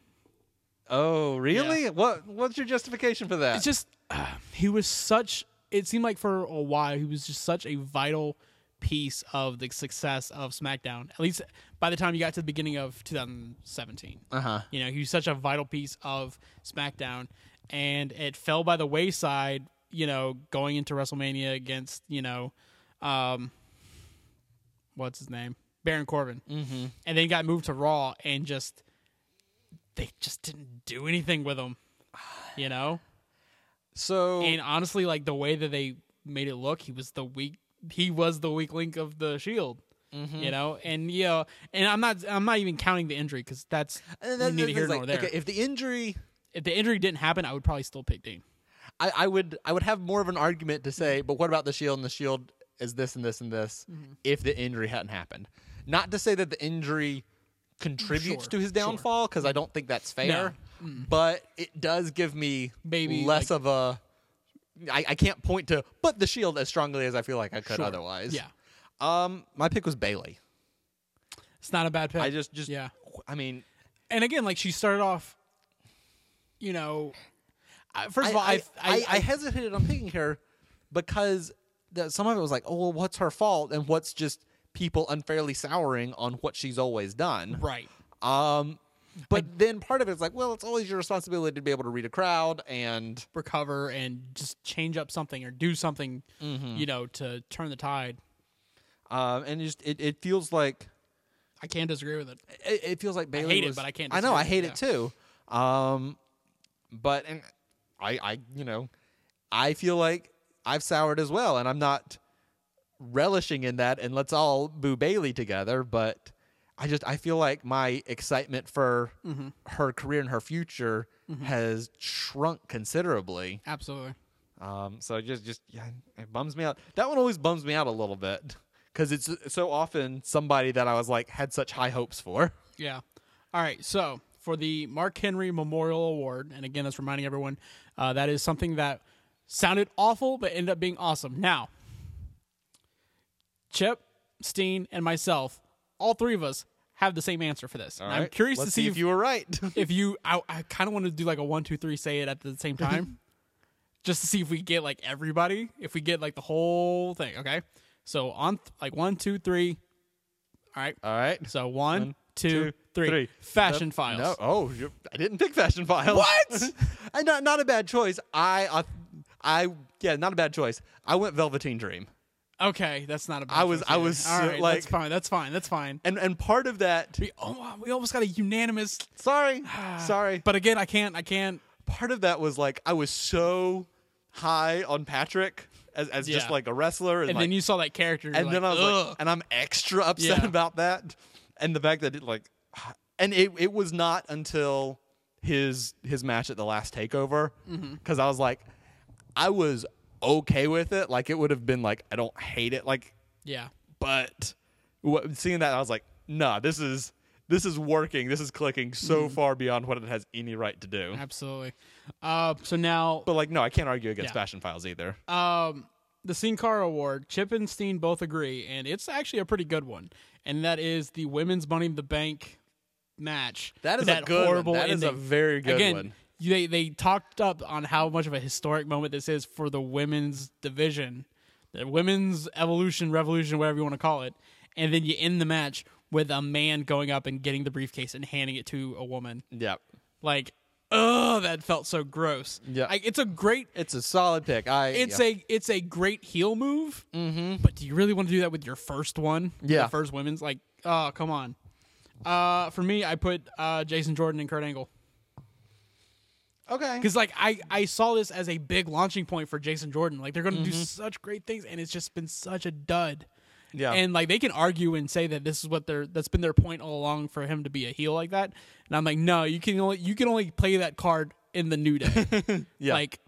Oh, really? What What's your justification for that? It's just uh, he was such. It seemed like for a while he was just such a vital piece of the success of SmackDown. At least by the time you got to the beginning of 2017, uh-huh. you know he was such a vital piece of SmackDown, and it fell by the wayside. You know, going into WrestleMania against you know, um, what's his name, Baron Corbin, mm-hmm. and then got moved to Raw, and just they just didn't do anything with him. You know, So and honestly, like the way that they made it look, he was the weak. He was the weak link of the Shield. Mm-hmm. You know, and you know, and I'm not. I'm not even counting the injury because that's and neither Uh, that's- here that's nor like, there. Okay, if the injury, If the injury didn't happen, I would probably still pick Dean. I, I would I would have more of an argument to say, but what about the shield and the shield is this and this and this Mm-hmm. if the injury hadn't happened? Not to say that the injury contributes Sure, to his sure. downfall because I don't think that's fair, but it does give me Mm. Maybe, less of a I, I can't point to but the shield as strongly as I feel like I could Sure. otherwise. Yeah. Um my pick was Bailey. It's not a bad pick. I just just yeah. I mean And again, like she started off, you know. I- First of all, I, I, I, I, hesitated on picking her because the, some of it was like, oh, well, what's her fault, and what's just people unfairly souring on what she's always done. right. Um, but then part of it's like, well, it's always your responsibility to be able to read a crowd, and recover and just change up something or do something, Mm-hmm. you know, to turn the tide. um, and it just it, it feels like I can't disagree with it. it, it feels like Bailey. hate it, was- but I can't I know I disagree hate with it too. Um, but and I, I, you know, I feel like I've soured as well, and I'm not relishing in that. And let's all boo Bailey together. But I just I feel like my excitement for Mm-hmm. her career and her future has shrunk considerably. Absolutely. Um, so just just yeah, it bums me out. That one always bums me out a little bit because it's so often somebody that I was like had such high hopes for. Yeah. All right. So for the Mark Henry Memorial Award, and again, that's reminding everyone uh, that is something that sounded awful but ended up being awesome. Now, Chip, Steen, and myself, all three of us have the same answer for this. And I'm right, curious to let's see, if you were right. if you I, I kind of want to do like a one two three say it at the same time just to see if we get like everybody if we get like the whole thing okay so on th- like one two three all right All right. so one, two, three. two, three. fashion Nope. files No, oh, you I didn't pick fashion files. What? And not not a bad choice. I, uh, I, yeah, not a bad choice. I went Velveteen Dream, okay that's not a bad I was- choice I either. was, all uh, right like- that's fine that's fine that's fine and and part of that. we, oh, wow, we almost got a unanimous Sorry, sorry. But but again i can't i can't part of that was like I was so high on Patrick as as just Yeah. like a wrestler, and, and like, then you saw that character you're and then I like, was "Ugh." like, and I'm extra upset Yeah. about that, and the fact that it like, and it it was not until his his match at the last takeover Mm-hmm. because I was like, I was okay with it. Like it would have been like I don't hate it. Like, yeah but what, seeing that I was like, nah, this is this is working. This is clicking so Mm-hmm. far beyond what it has any right to do. absolutely uh so now But like, no, I can't argue against Yeah. Fashion Files either. um, the Sincar Award, Chip and Steen both agree, and it's actually a pretty good one. And that is the women's Money in the Bank match. That is with a good one. horrible That is a ending. very good Again, one. They they talked up on how much of a historic moment this is for the women's division, the women's evolution, revolution, whatever you want to call it. And then you end the match with a man going up and getting the briefcase and handing it to a woman. yeah, Like, oh, that felt so gross. Yeah. like, it's a great it's a solid pick. I it's a it's a great heel move. Mm-hmm. But do you really want to do that with your first one? Yeah. the first women's like, oh come on. Uh, for me, I put uh Jason Jordan and Kurt Angle a okay. because like I I saw this as a big launching point for Jason Jordan. Like they're going to Mm-hmm. do such great things, and it's just been such a dud. Yeah. And like they can argue and say that this is what their that's been their point all along for him to be a heel like that. And I'm like, no, you can only you can only play that card in the new day. Yeah. Like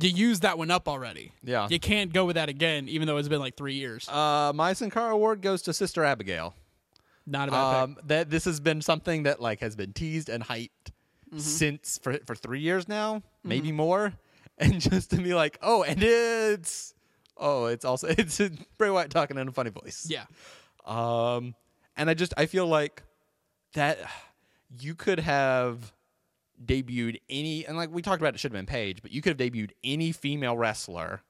you used that one up already. Yeah. You can't go with that again, even though it's been like three years. Uh, my Sincara award goes to Sister Abigail. Not a bad pick. Um, that this has been something that like has been teased and hyped since for for three years now, maybe more, and just to be like, oh, and it's oh, it's also it's Bray Wyatt talking in a funny voice. Yeah. Um, and I just I feel like that you could have debuted any and like we talked about it should have been Paige, but you could have debuted any female wrestler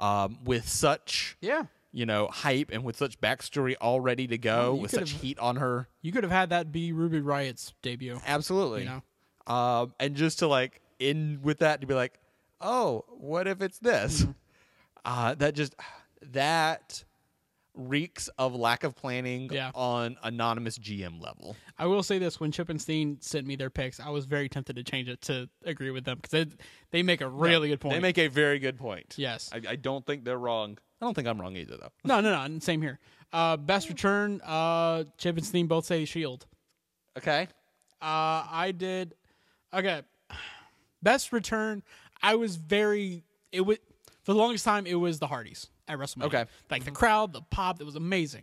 um, with such Yeah. you know hype and with such backstory all ready to go you with could such have- heat on her. You could have had that be Ruby Riot's debut. Absolutely. You Um, and just to like end with that to be like, oh, what if it's this? Mm-hmm. Uh, that just that reeks of lack of planning Yeah. on anonymous GM level. I will say this: when Chip and Steen sent me their picks, I was very tempted to change it to agree with them because they, they make a really good point. They make a very good point. Yes. I, I don't think they're wrong. I don't think I'm wrong either though. no, no, no. and Same here. Uh, best return. Uh, Chip and Steen both say Shield. Okay. Uh, I did. Okay. Best return. I was very it was for the longest time it was the Hardys at WrestleMania. Okay. like the crowd, the pop, it was amazing.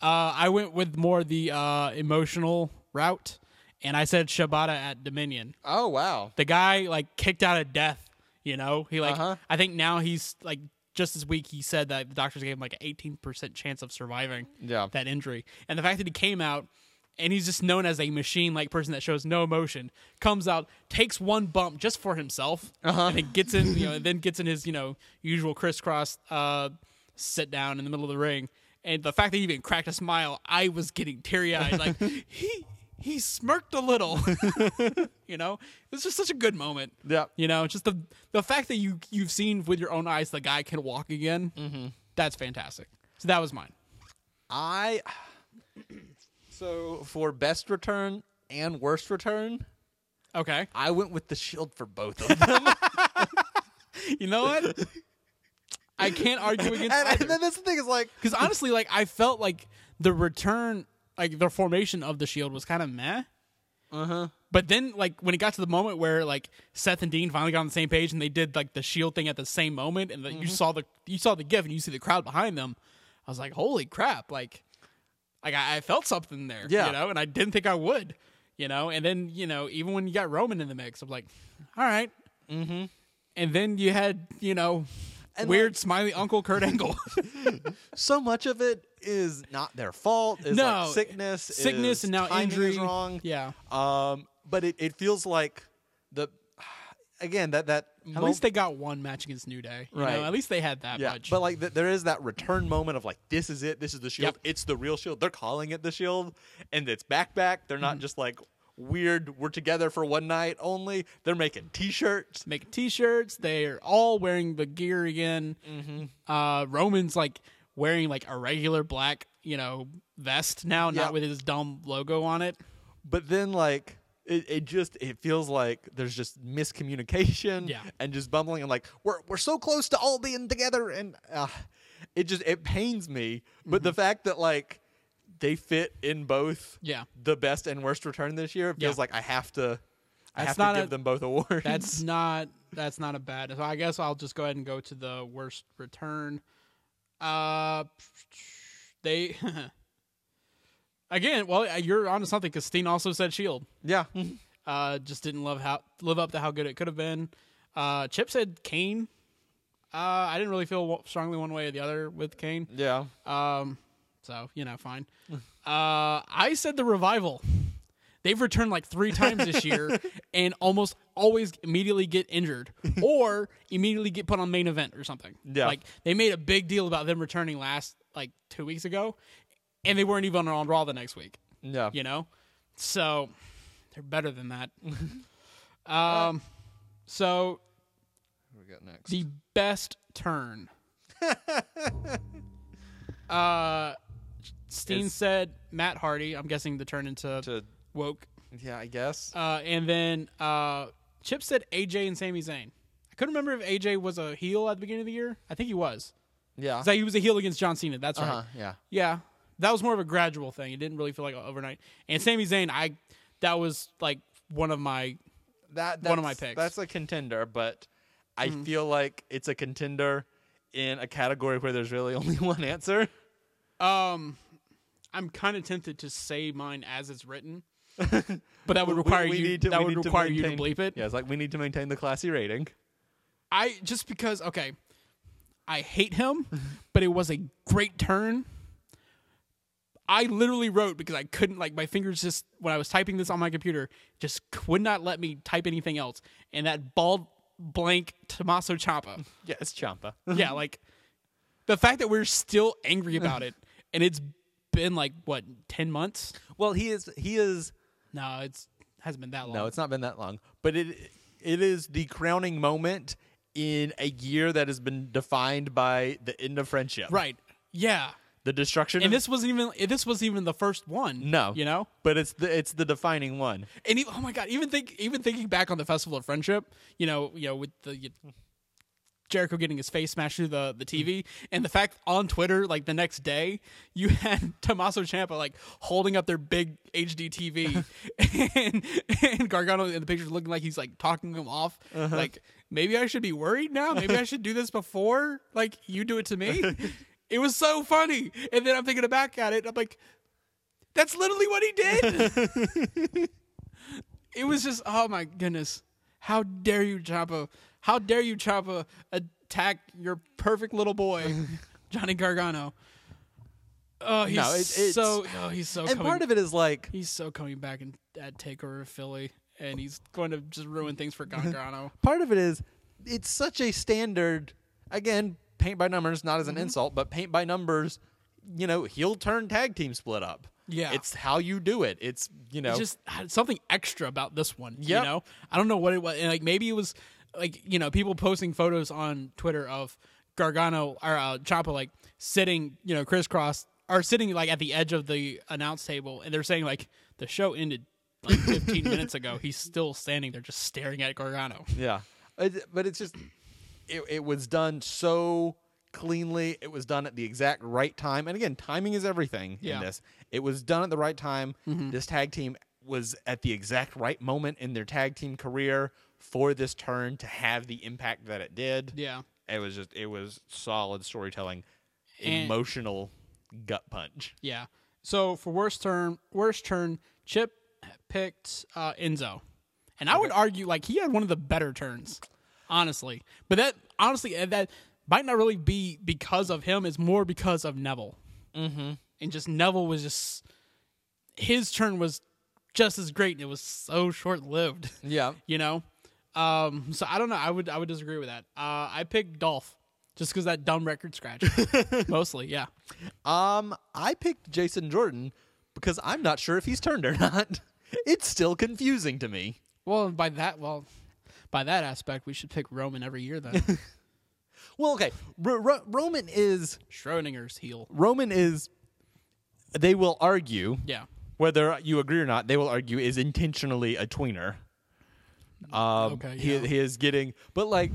Uh, I went with more the uh, emotional route, and I said Shibata at Dominion. Oh wow. The guy like kicked out of death. You know, he like Uh-huh. I think now he's like just this week he said that the doctors gave him like an eighteen percent chance of surviving Yeah. that injury, and the fact that he came out. And he's just known as a machine-like person that shows no emotion. Comes out, takes one bump just for himself, Uh-huh. and then gets in. You know, and then gets in his you know usual crisscross uh, sit down in the middle of the ring. And the fact that he even cracked a smile, I was getting teary-eyed. Like he he smirked a little. you know, it was just such a good moment. Yeah. You know, just the the fact that you you've seen with your own eyes the guy can walk again. Mm-hmm. That's fantastic. So that was mine. I so for best return and worst return, Okay. I went with the Shield for both of them. You know what? I can't argue against and, and then either. that's the thing is like Because honestly, like I felt like the return, like the formation of the shield was kind of meh. uh huh. But then, like when it got to the moment where like Seth and Dean finally got on the same page and they did like the shield thing at the same moment, and the, Mm-hmm. you saw the you saw the gif and you see the crowd behind them, I was like, "Holy crap!" Like, like I, I felt something there, Yeah. you know, and I didn't think I would, you know. And then you know, even when you got Roman in the mix, I'm like, "All right." Mm-hmm. And then you had you know, And, weird smiley uncle Kurt Angle. So much of it is not their fault. Is no like sickness, sickness, is and now timing is injury. wrong. Yeah. Um, but it, it feels like the again that that At least they got one match against New Day. You Right. Know? At least they had that yeah, much. but like th- there is that return moment of like this is it, this is the shield, Yep. it's the real shield. They're calling it the shield, and it's back back. They're not Mm-hmm. just like weird. We're together for one night only. They're making T-shirts. making t-shirts they're all wearing the gear again Mm-hmm. uh roman's like wearing like a regular black you know vest now Yeah. not with his dumb logo on it but then like it, it just it feels like there's just miscommunication Yeah. and just bumbling and like we're we're so close to all being together and uh, it just it pains me but Mm-hmm. the fact that like they fit in both Yeah. the best and worst return this year it feels Yeah. like i have to i have That's to not give a- them both awards that's not that's not a bad so i guess i'll just go ahead and go to the worst return uh they again well you're onto something because steen also said shield yeah Uh, just didn't love how live up to how good it could have been. Uh, Chip said Kane. Uh, I didn't really feel wo- strongly one way or the other with Kane. yeah Um, so you know, fine. Uh, I said the revival. They've returned like three times this year, and almost always immediately get injured or immediately get put on main event or something. Yeah. like they made a big deal about them returning last like two weeks ago, and they weren't even on Raw the next week yeah you know so they're better than that um so what we got next the best turn uh steen Is- said matt hardy i'm guessing the turn into to woke yeah i guess uh and then uh chip said aj and Sami Zayn. i couldn't remember if aj was a heel at the beginning of the year i think he was yeah It's like he was a heel against john cena that's right uh-huh, yeah yeah, that was more of a gradual thing. It didn't really feel like a- overnight. And Sami Zayn, I that was like one of my that that's, One of my picks. That's a contender, but I feel like it's a contender in a category where there's really only one answer. um. I'm kind of tempted to say mine as it's written, but that would We- require we you. need to- that we would need to require you to maintain- bleep it. Yeah, it's like we need to maintain the classy rating. I just because okay, I hate him, but it was a great turn. I literally wrote because I couldn't like my fingers just when I was typing this on my computer just would not let me type anything else. And that bald blank Tommaso Ciampa. Yeah, it's Champa. yeah, like the fact that we're still angry about it and it's been like what, 10 months? well, he is. He is. No, it's hasn't been that long. No, it's not been that long, but it it is the crowning moment in a year that has been defined by the end of friendship, right. Yeah. The destruction. And of, this wasn't even this wasn't even the first one. no, You know? but it's the it's the defining one. and even, oh my god, even think even thinking back on the festival of friendship, you know, you know, with the you, Jericho getting his face smashed through the, the TV. And the fact on Twitter, like the next day, you had Tommaso Ciampa like holding up their big HD TV and, and Gargano in the picture looking like he's like talking him off. Like, maybe I should be worried now. Maybe I should do this before like you do it to me. it was so funny. And then I'm thinking back at it. I'm like, that's literally what he did. it was just, oh my goodness. How dare you, Champa? How dare you, Champa, attack your perfect little boy, Johnny Gargano? Oh, he's No, it- it's- so. Oh, he's so. and coming, part of it is like he's so coming back in, at Takeover Philly, and he's going to just ruin things for Gargano. part of it is it's such a standard again paint by numbers not Mm-hmm. as an insult but paint by numbers you know heel turn tag team split up Yeah. it's how you do it it's you know It just had something extra about this one. Yep. You know, I don't know what it was. And like maybe it was like you know people posting photos on Twitter of Gargano or uh, Ciampa like sitting you know crisscross or sitting like at the edge of the announce table, and they're saying like the show ended like 15 minutes ago. He's still standing there, just staring at Gargano. yeah It- but it's just it, it was done so cleanly it was done at the exact right time and again timing is everything Yeah. Mm-hmm. in this it was done at the right time this tag team was at the exact right moment in their tag team career for this turn to have the impact that it did Yeah. It was just it was solid storytelling, And- emotional gut punch. Yeah. So for worst turn, worst turn, Chip picked uh, Enzo, and I would argue like he had one of the better turns, honestly. But that honestly uh, that might not really be because of him. It's more because of Neville, mm-hmm. and just Neville was just his turn was just as great, and it was so short lived. Yeah. you know. Um, so I don't know. I would I would disagree with that. Uh, I picked Dolph just because that dumb record scratch, mostly. Yeah. Um, I picked Jason Jordan because I'm not sure if he's turned or not. It's still confusing to me. Well, by that, well, by that aspect, we should pick Roman every year then. Well, okay, Ro- Ro- Roman is Schrodinger's heel. Roman is. They will argue Yeah. whether you agree or not. They will argue is intentionally a tweener. Um, Okay, he yeah. he is getting, but like,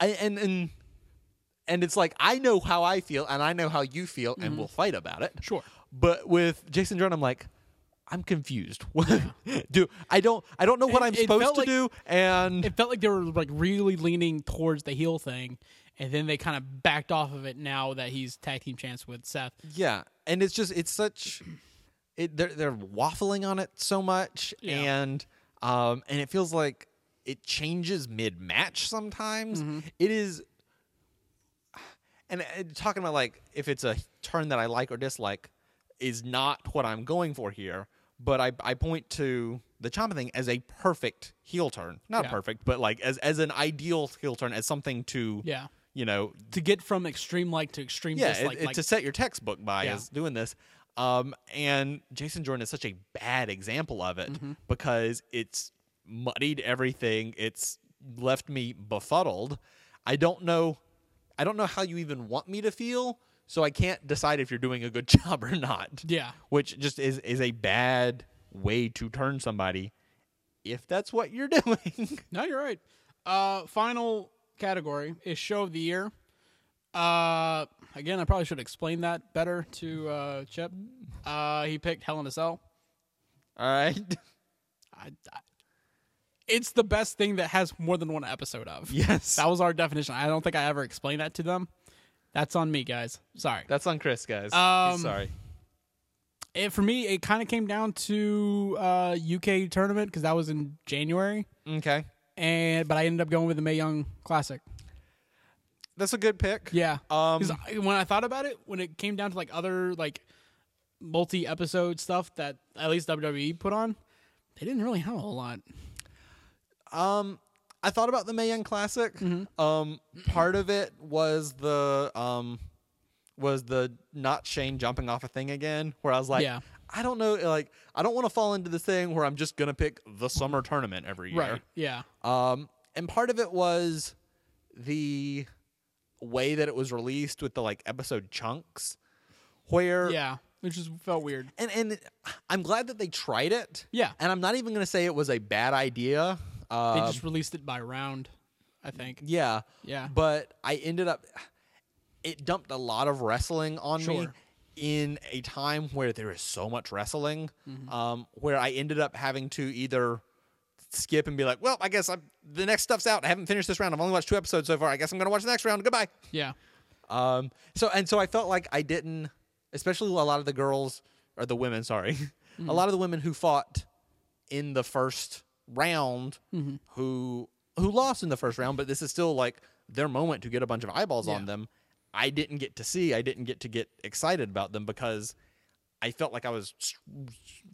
I and and and it's like I know how I feel and I know how you feel and we'll fight about it. Mm-hmm. Sure. But with Jason Jordan, I'm like, I'm confused. do I don't I don't know what It- I'm it supposed felt to like- do and It felt like they were like really leaning towards the heel thing, and then they kind of backed off of it now that he's tag team champs with Seth. yeah, and it's just it's such it they're they're waffling on it so much Yeah. and um and it feels like it changes mid match sometimes. Mm-hmm. It is and uh, talking about like if it's a turn that I like or dislike is not what I'm going for here. But I, I point to the Champa thing as a perfect heel turn, not Yeah. perfect, but like as as an ideal heel turn, as something to Yeah. you know, To get from extreme like to extreme yeah, dislike, it, it- like to set your textbook by Yeah. is doing this. Um, and Jason Jordan is such a bad example of it Mm-hmm. because it's muddied everything. It's left me befuddled. I don't know. I don't know how you even want me to feel, so I can't decide if you're doing a good job or not. Yeah. which just is is a bad way to turn somebody if that's what you're doing. No, you're right. Uh, final category is show of the year. Uh, again, I probably should explain that better to uh, Chip. Uh, he picked Hell in a Cell. All right. I, I- it's the best thing that has more than one episode of. Yes. That was our definition. I don't think I ever explained that to them. That's on me, guys. Sorry. That's on Chris, guys. He's Um, sorry. It, for me, it kind of came down to uh, UK tournament because that was in January, Okay. and but I ended up going with the May Young Classic. That's a good pick. Yeah. Um, 'Cause I- when I thought about it, when it came down to like other like multi episode stuff that at least WWE put on, they didn't really have a whole lot. Um, I thought about the Mae Young Classic. Mm-hmm. Um, part of it was the um, was the not Shane jumping off a thing again, where I was like, Yeah. I don't know, like I don't want to fall into this thing where I'm just gonna pick the summer tournament every year. Right. Yeah. Um, and part of it was the way that it was released with the like episode chunks, where Yeah. Which just felt weird. and and I'm glad that they tried it. Yeah. and I'm not even gonna say it was a bad idea. They Um, just released it by round. I think. Yeah. Yeah. But I ended up it dumped a lot of wrestling on me Sure. in a time where there is so much wrestling Mm-hmm. um where I ended up having to either skip and be like, "Well, I guess I'm, the next stuff's out. I haven't finished this round. I've only watched two episodes so far. I guess I'm going to watch the next round. Goodbye." Yeah. Um, so and so I felt like I didn't, especially a lot of the girls or the women, sorry, Mm-hmm. a lot of the women who fought in the first round, Mm-hmm. who who lost in the first round, but this is still like their moment to get a bunch of eyeballs on Yeah. them. I didn't get to see. I didn't get to get excited about them because I felt like I was s-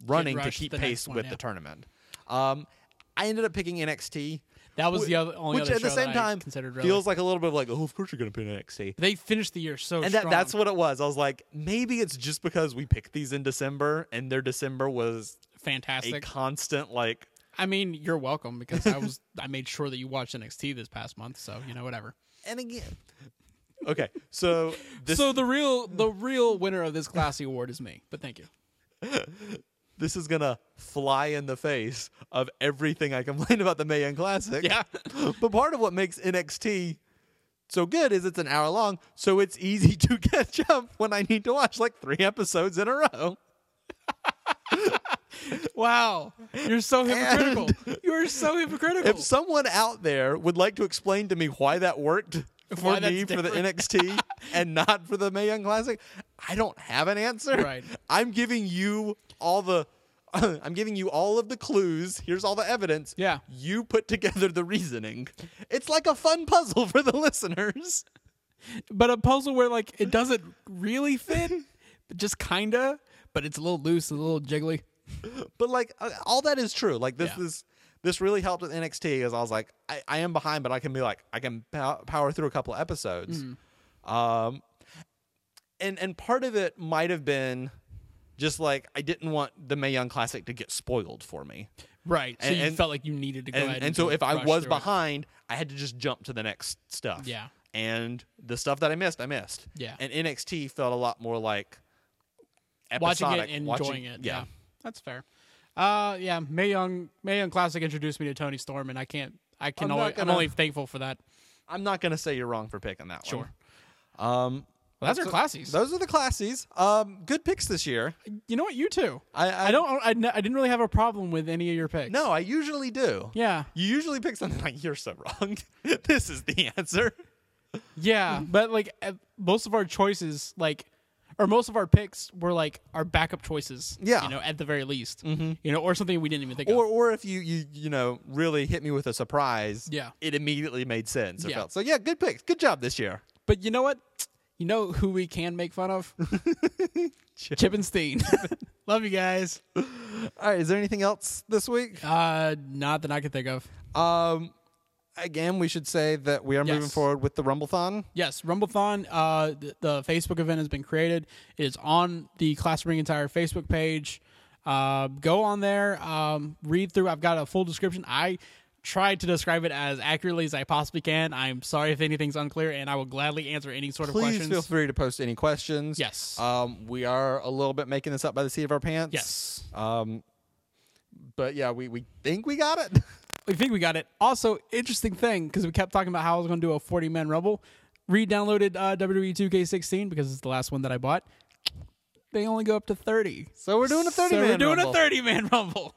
running to rushed keep the next pace one, with yeah. the tournament. Um, I ended up picking NXT. That was whi- the other only which other at the show same that I time considered really. feels like a little bit of like, oh, of course you're gonna pick NXT they finished the year so and that, strong. that's what it was. I was like, maybe it's just because we picked these in December, and their December was a fantastic. constant like. I mean, you're welcome because I was I made sure that you watched NXT this past month, so you know whatever. And again, okay, so this so the real the real winner of this classy award is me. But thank you. this is gonna fly in the face of everything I complain about the Mayan Classic. Yeah. but part of what makes NXT so good is it's an hour long, so it's easy to catch up when I need to watch like three episodes in a row. Wow, you're so hypocritical. you are so hypocritical. If someone out there would like to explain to me why that worked for Why that's me for the different. NXT and not for the Mae Young Classic, I don't have an answer. Right. I'm giving you all the I'm giving you all of the clues. Here's all the evidence. Yeah. You put together the reasoning. It's like a fun puzzle for the listeners. but a puzzle where like it doesn't really fit, but just kinda, but it's a little loose, and a little jiggly. But like uh, all that is true. Like this Yeah. is this really helped with NXT because I was like, I, I am behind, but I can be like, I can pow- power through a couple of episodes. Mm-hmm. Um, and and part of it might have been just like I didn't want the Mae Young Classic to get spoiled for me, Right. So And- you and- felt like you needed to go and ahead. and, so if I rush was through it. behind, I had to just jump to the next stuff. Yeah. and the stuff that I missed, I missed. Yeah. and NXT felt a lot more like watching episodic, it and enjoying watching- it. Yeah. that's fair. Uh, yeah, May Young, May Young Classic introduced me to Tony Storm, and I can't, I can I'm only, not I'm gonna- only thankful for that. I'm not gonna say you're wrong for picking that one. Sure. Um, Well, that's our so- classies. Those are the classies. Um, good picks this year. You know what? You too. I- I- I don't, I, n- I didn't really have a problem with any of your picks. No, I usually do. Yeah, You usually pick something like you're so wrong. this is the answer. yeah, but like uh, most of our choices, like, or most of our picks were like our backup choices. Yeah. you know, at the very least, mm-hmm. you know, or something we didn't even think Or of. or if you you you know really hit me with a surprise, Yeah. it immediately made sense. It Yeah. felt- So yeah, good picks. Good job this year. But you know what? You know who we can make fun of? Chip and Steen. Love you guys. All right, is there anything else this week? Uh, not that I can think of. Um, again, we should say that we are moving Yes. forward with the Rumblethon. Yes, Rumblethon. Uh, the, the Facebook event has been created. It is on the Class Ring Entire Facebook page. Uh, go on there, um, read through. I've got a full description. I tried to describe it as accurately as I possibly can. I'm sorry if anything's unclear, and I will gladly answer any sort of Please questions. feel free to post any questions. Yes. Um, we are a little bit making this up by the seat of our pants. yes, Um, but yeah, we, we think we got it. we think we got it. Also, interesting thing because we kept talking about how I was going to do a 40 man Rumble. Re-downloaded uh, WWE 2K16 because it's the last one that I bought. They only go up to 30. So we're doing a 30 so man we're doing rumble. a 30 man rumble.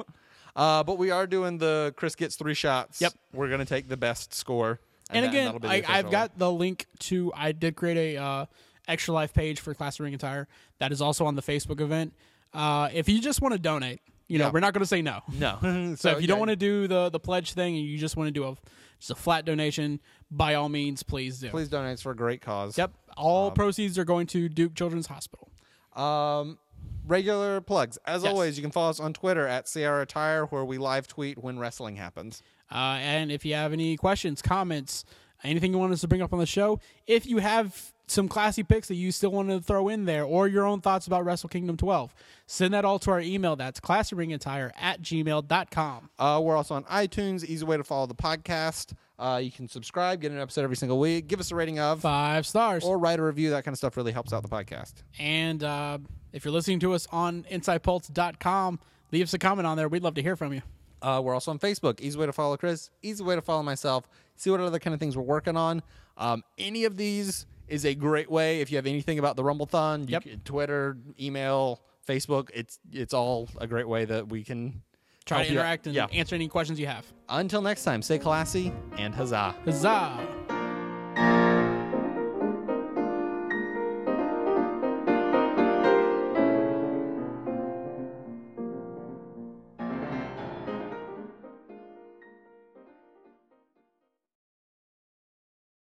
Uh, but we are doing the Chris gets three shots. Yep. We're going to take the best score. And, that- again, that'll be the I, I've official. got the link to. I did create a uh, extra life page for Class of Ring Attire that is also on the Facebook event. Uh, if you just want to donate, you know Yeah. we're not going to say no. No. So if you don't yeah, want to do the the pledge thing and you just want to do a just a flat donation, by all means, please do. Please donate. It's for a great cause. Yep, all proceeds are going to Duke Children's Hospital. Um, regular plugs. As Yes. always, you can follow us on Twitter at Sierra Tire, where we live tweet when wrestling happens. Uh, and if you have any questions, comments, anything you want us to bring up on the show, if you have some classy picks that you still want to throw in there or your own thoughts about Wrestle Kingdom 12, send that all to our email. That's classyringentire at gmail.com. Uh, we're also on iTunes. Easy way to follow the podcast. Uh, you can subscribe, get an episode every single week, give us a rating of, Five stars. or write a review. That kind of stuff really helps out the podcast. and uh, if you're listening to us on insidepulse.com, leave us a comment on there. We'd love to hear from you. Uh, we're also on Facebook. Easy way to follow Chris. Easy way to follow myself. See what other kind of things we're working on. Um, any of these is a great way. If you have anything about the Rumblethon, you Yep. can- Twitter, email, Facebook, it's it's all a great way that we can Try help to you out. interact and yeah. answer any questions you have. Until next time, stay classy and huzzah. Huzzah!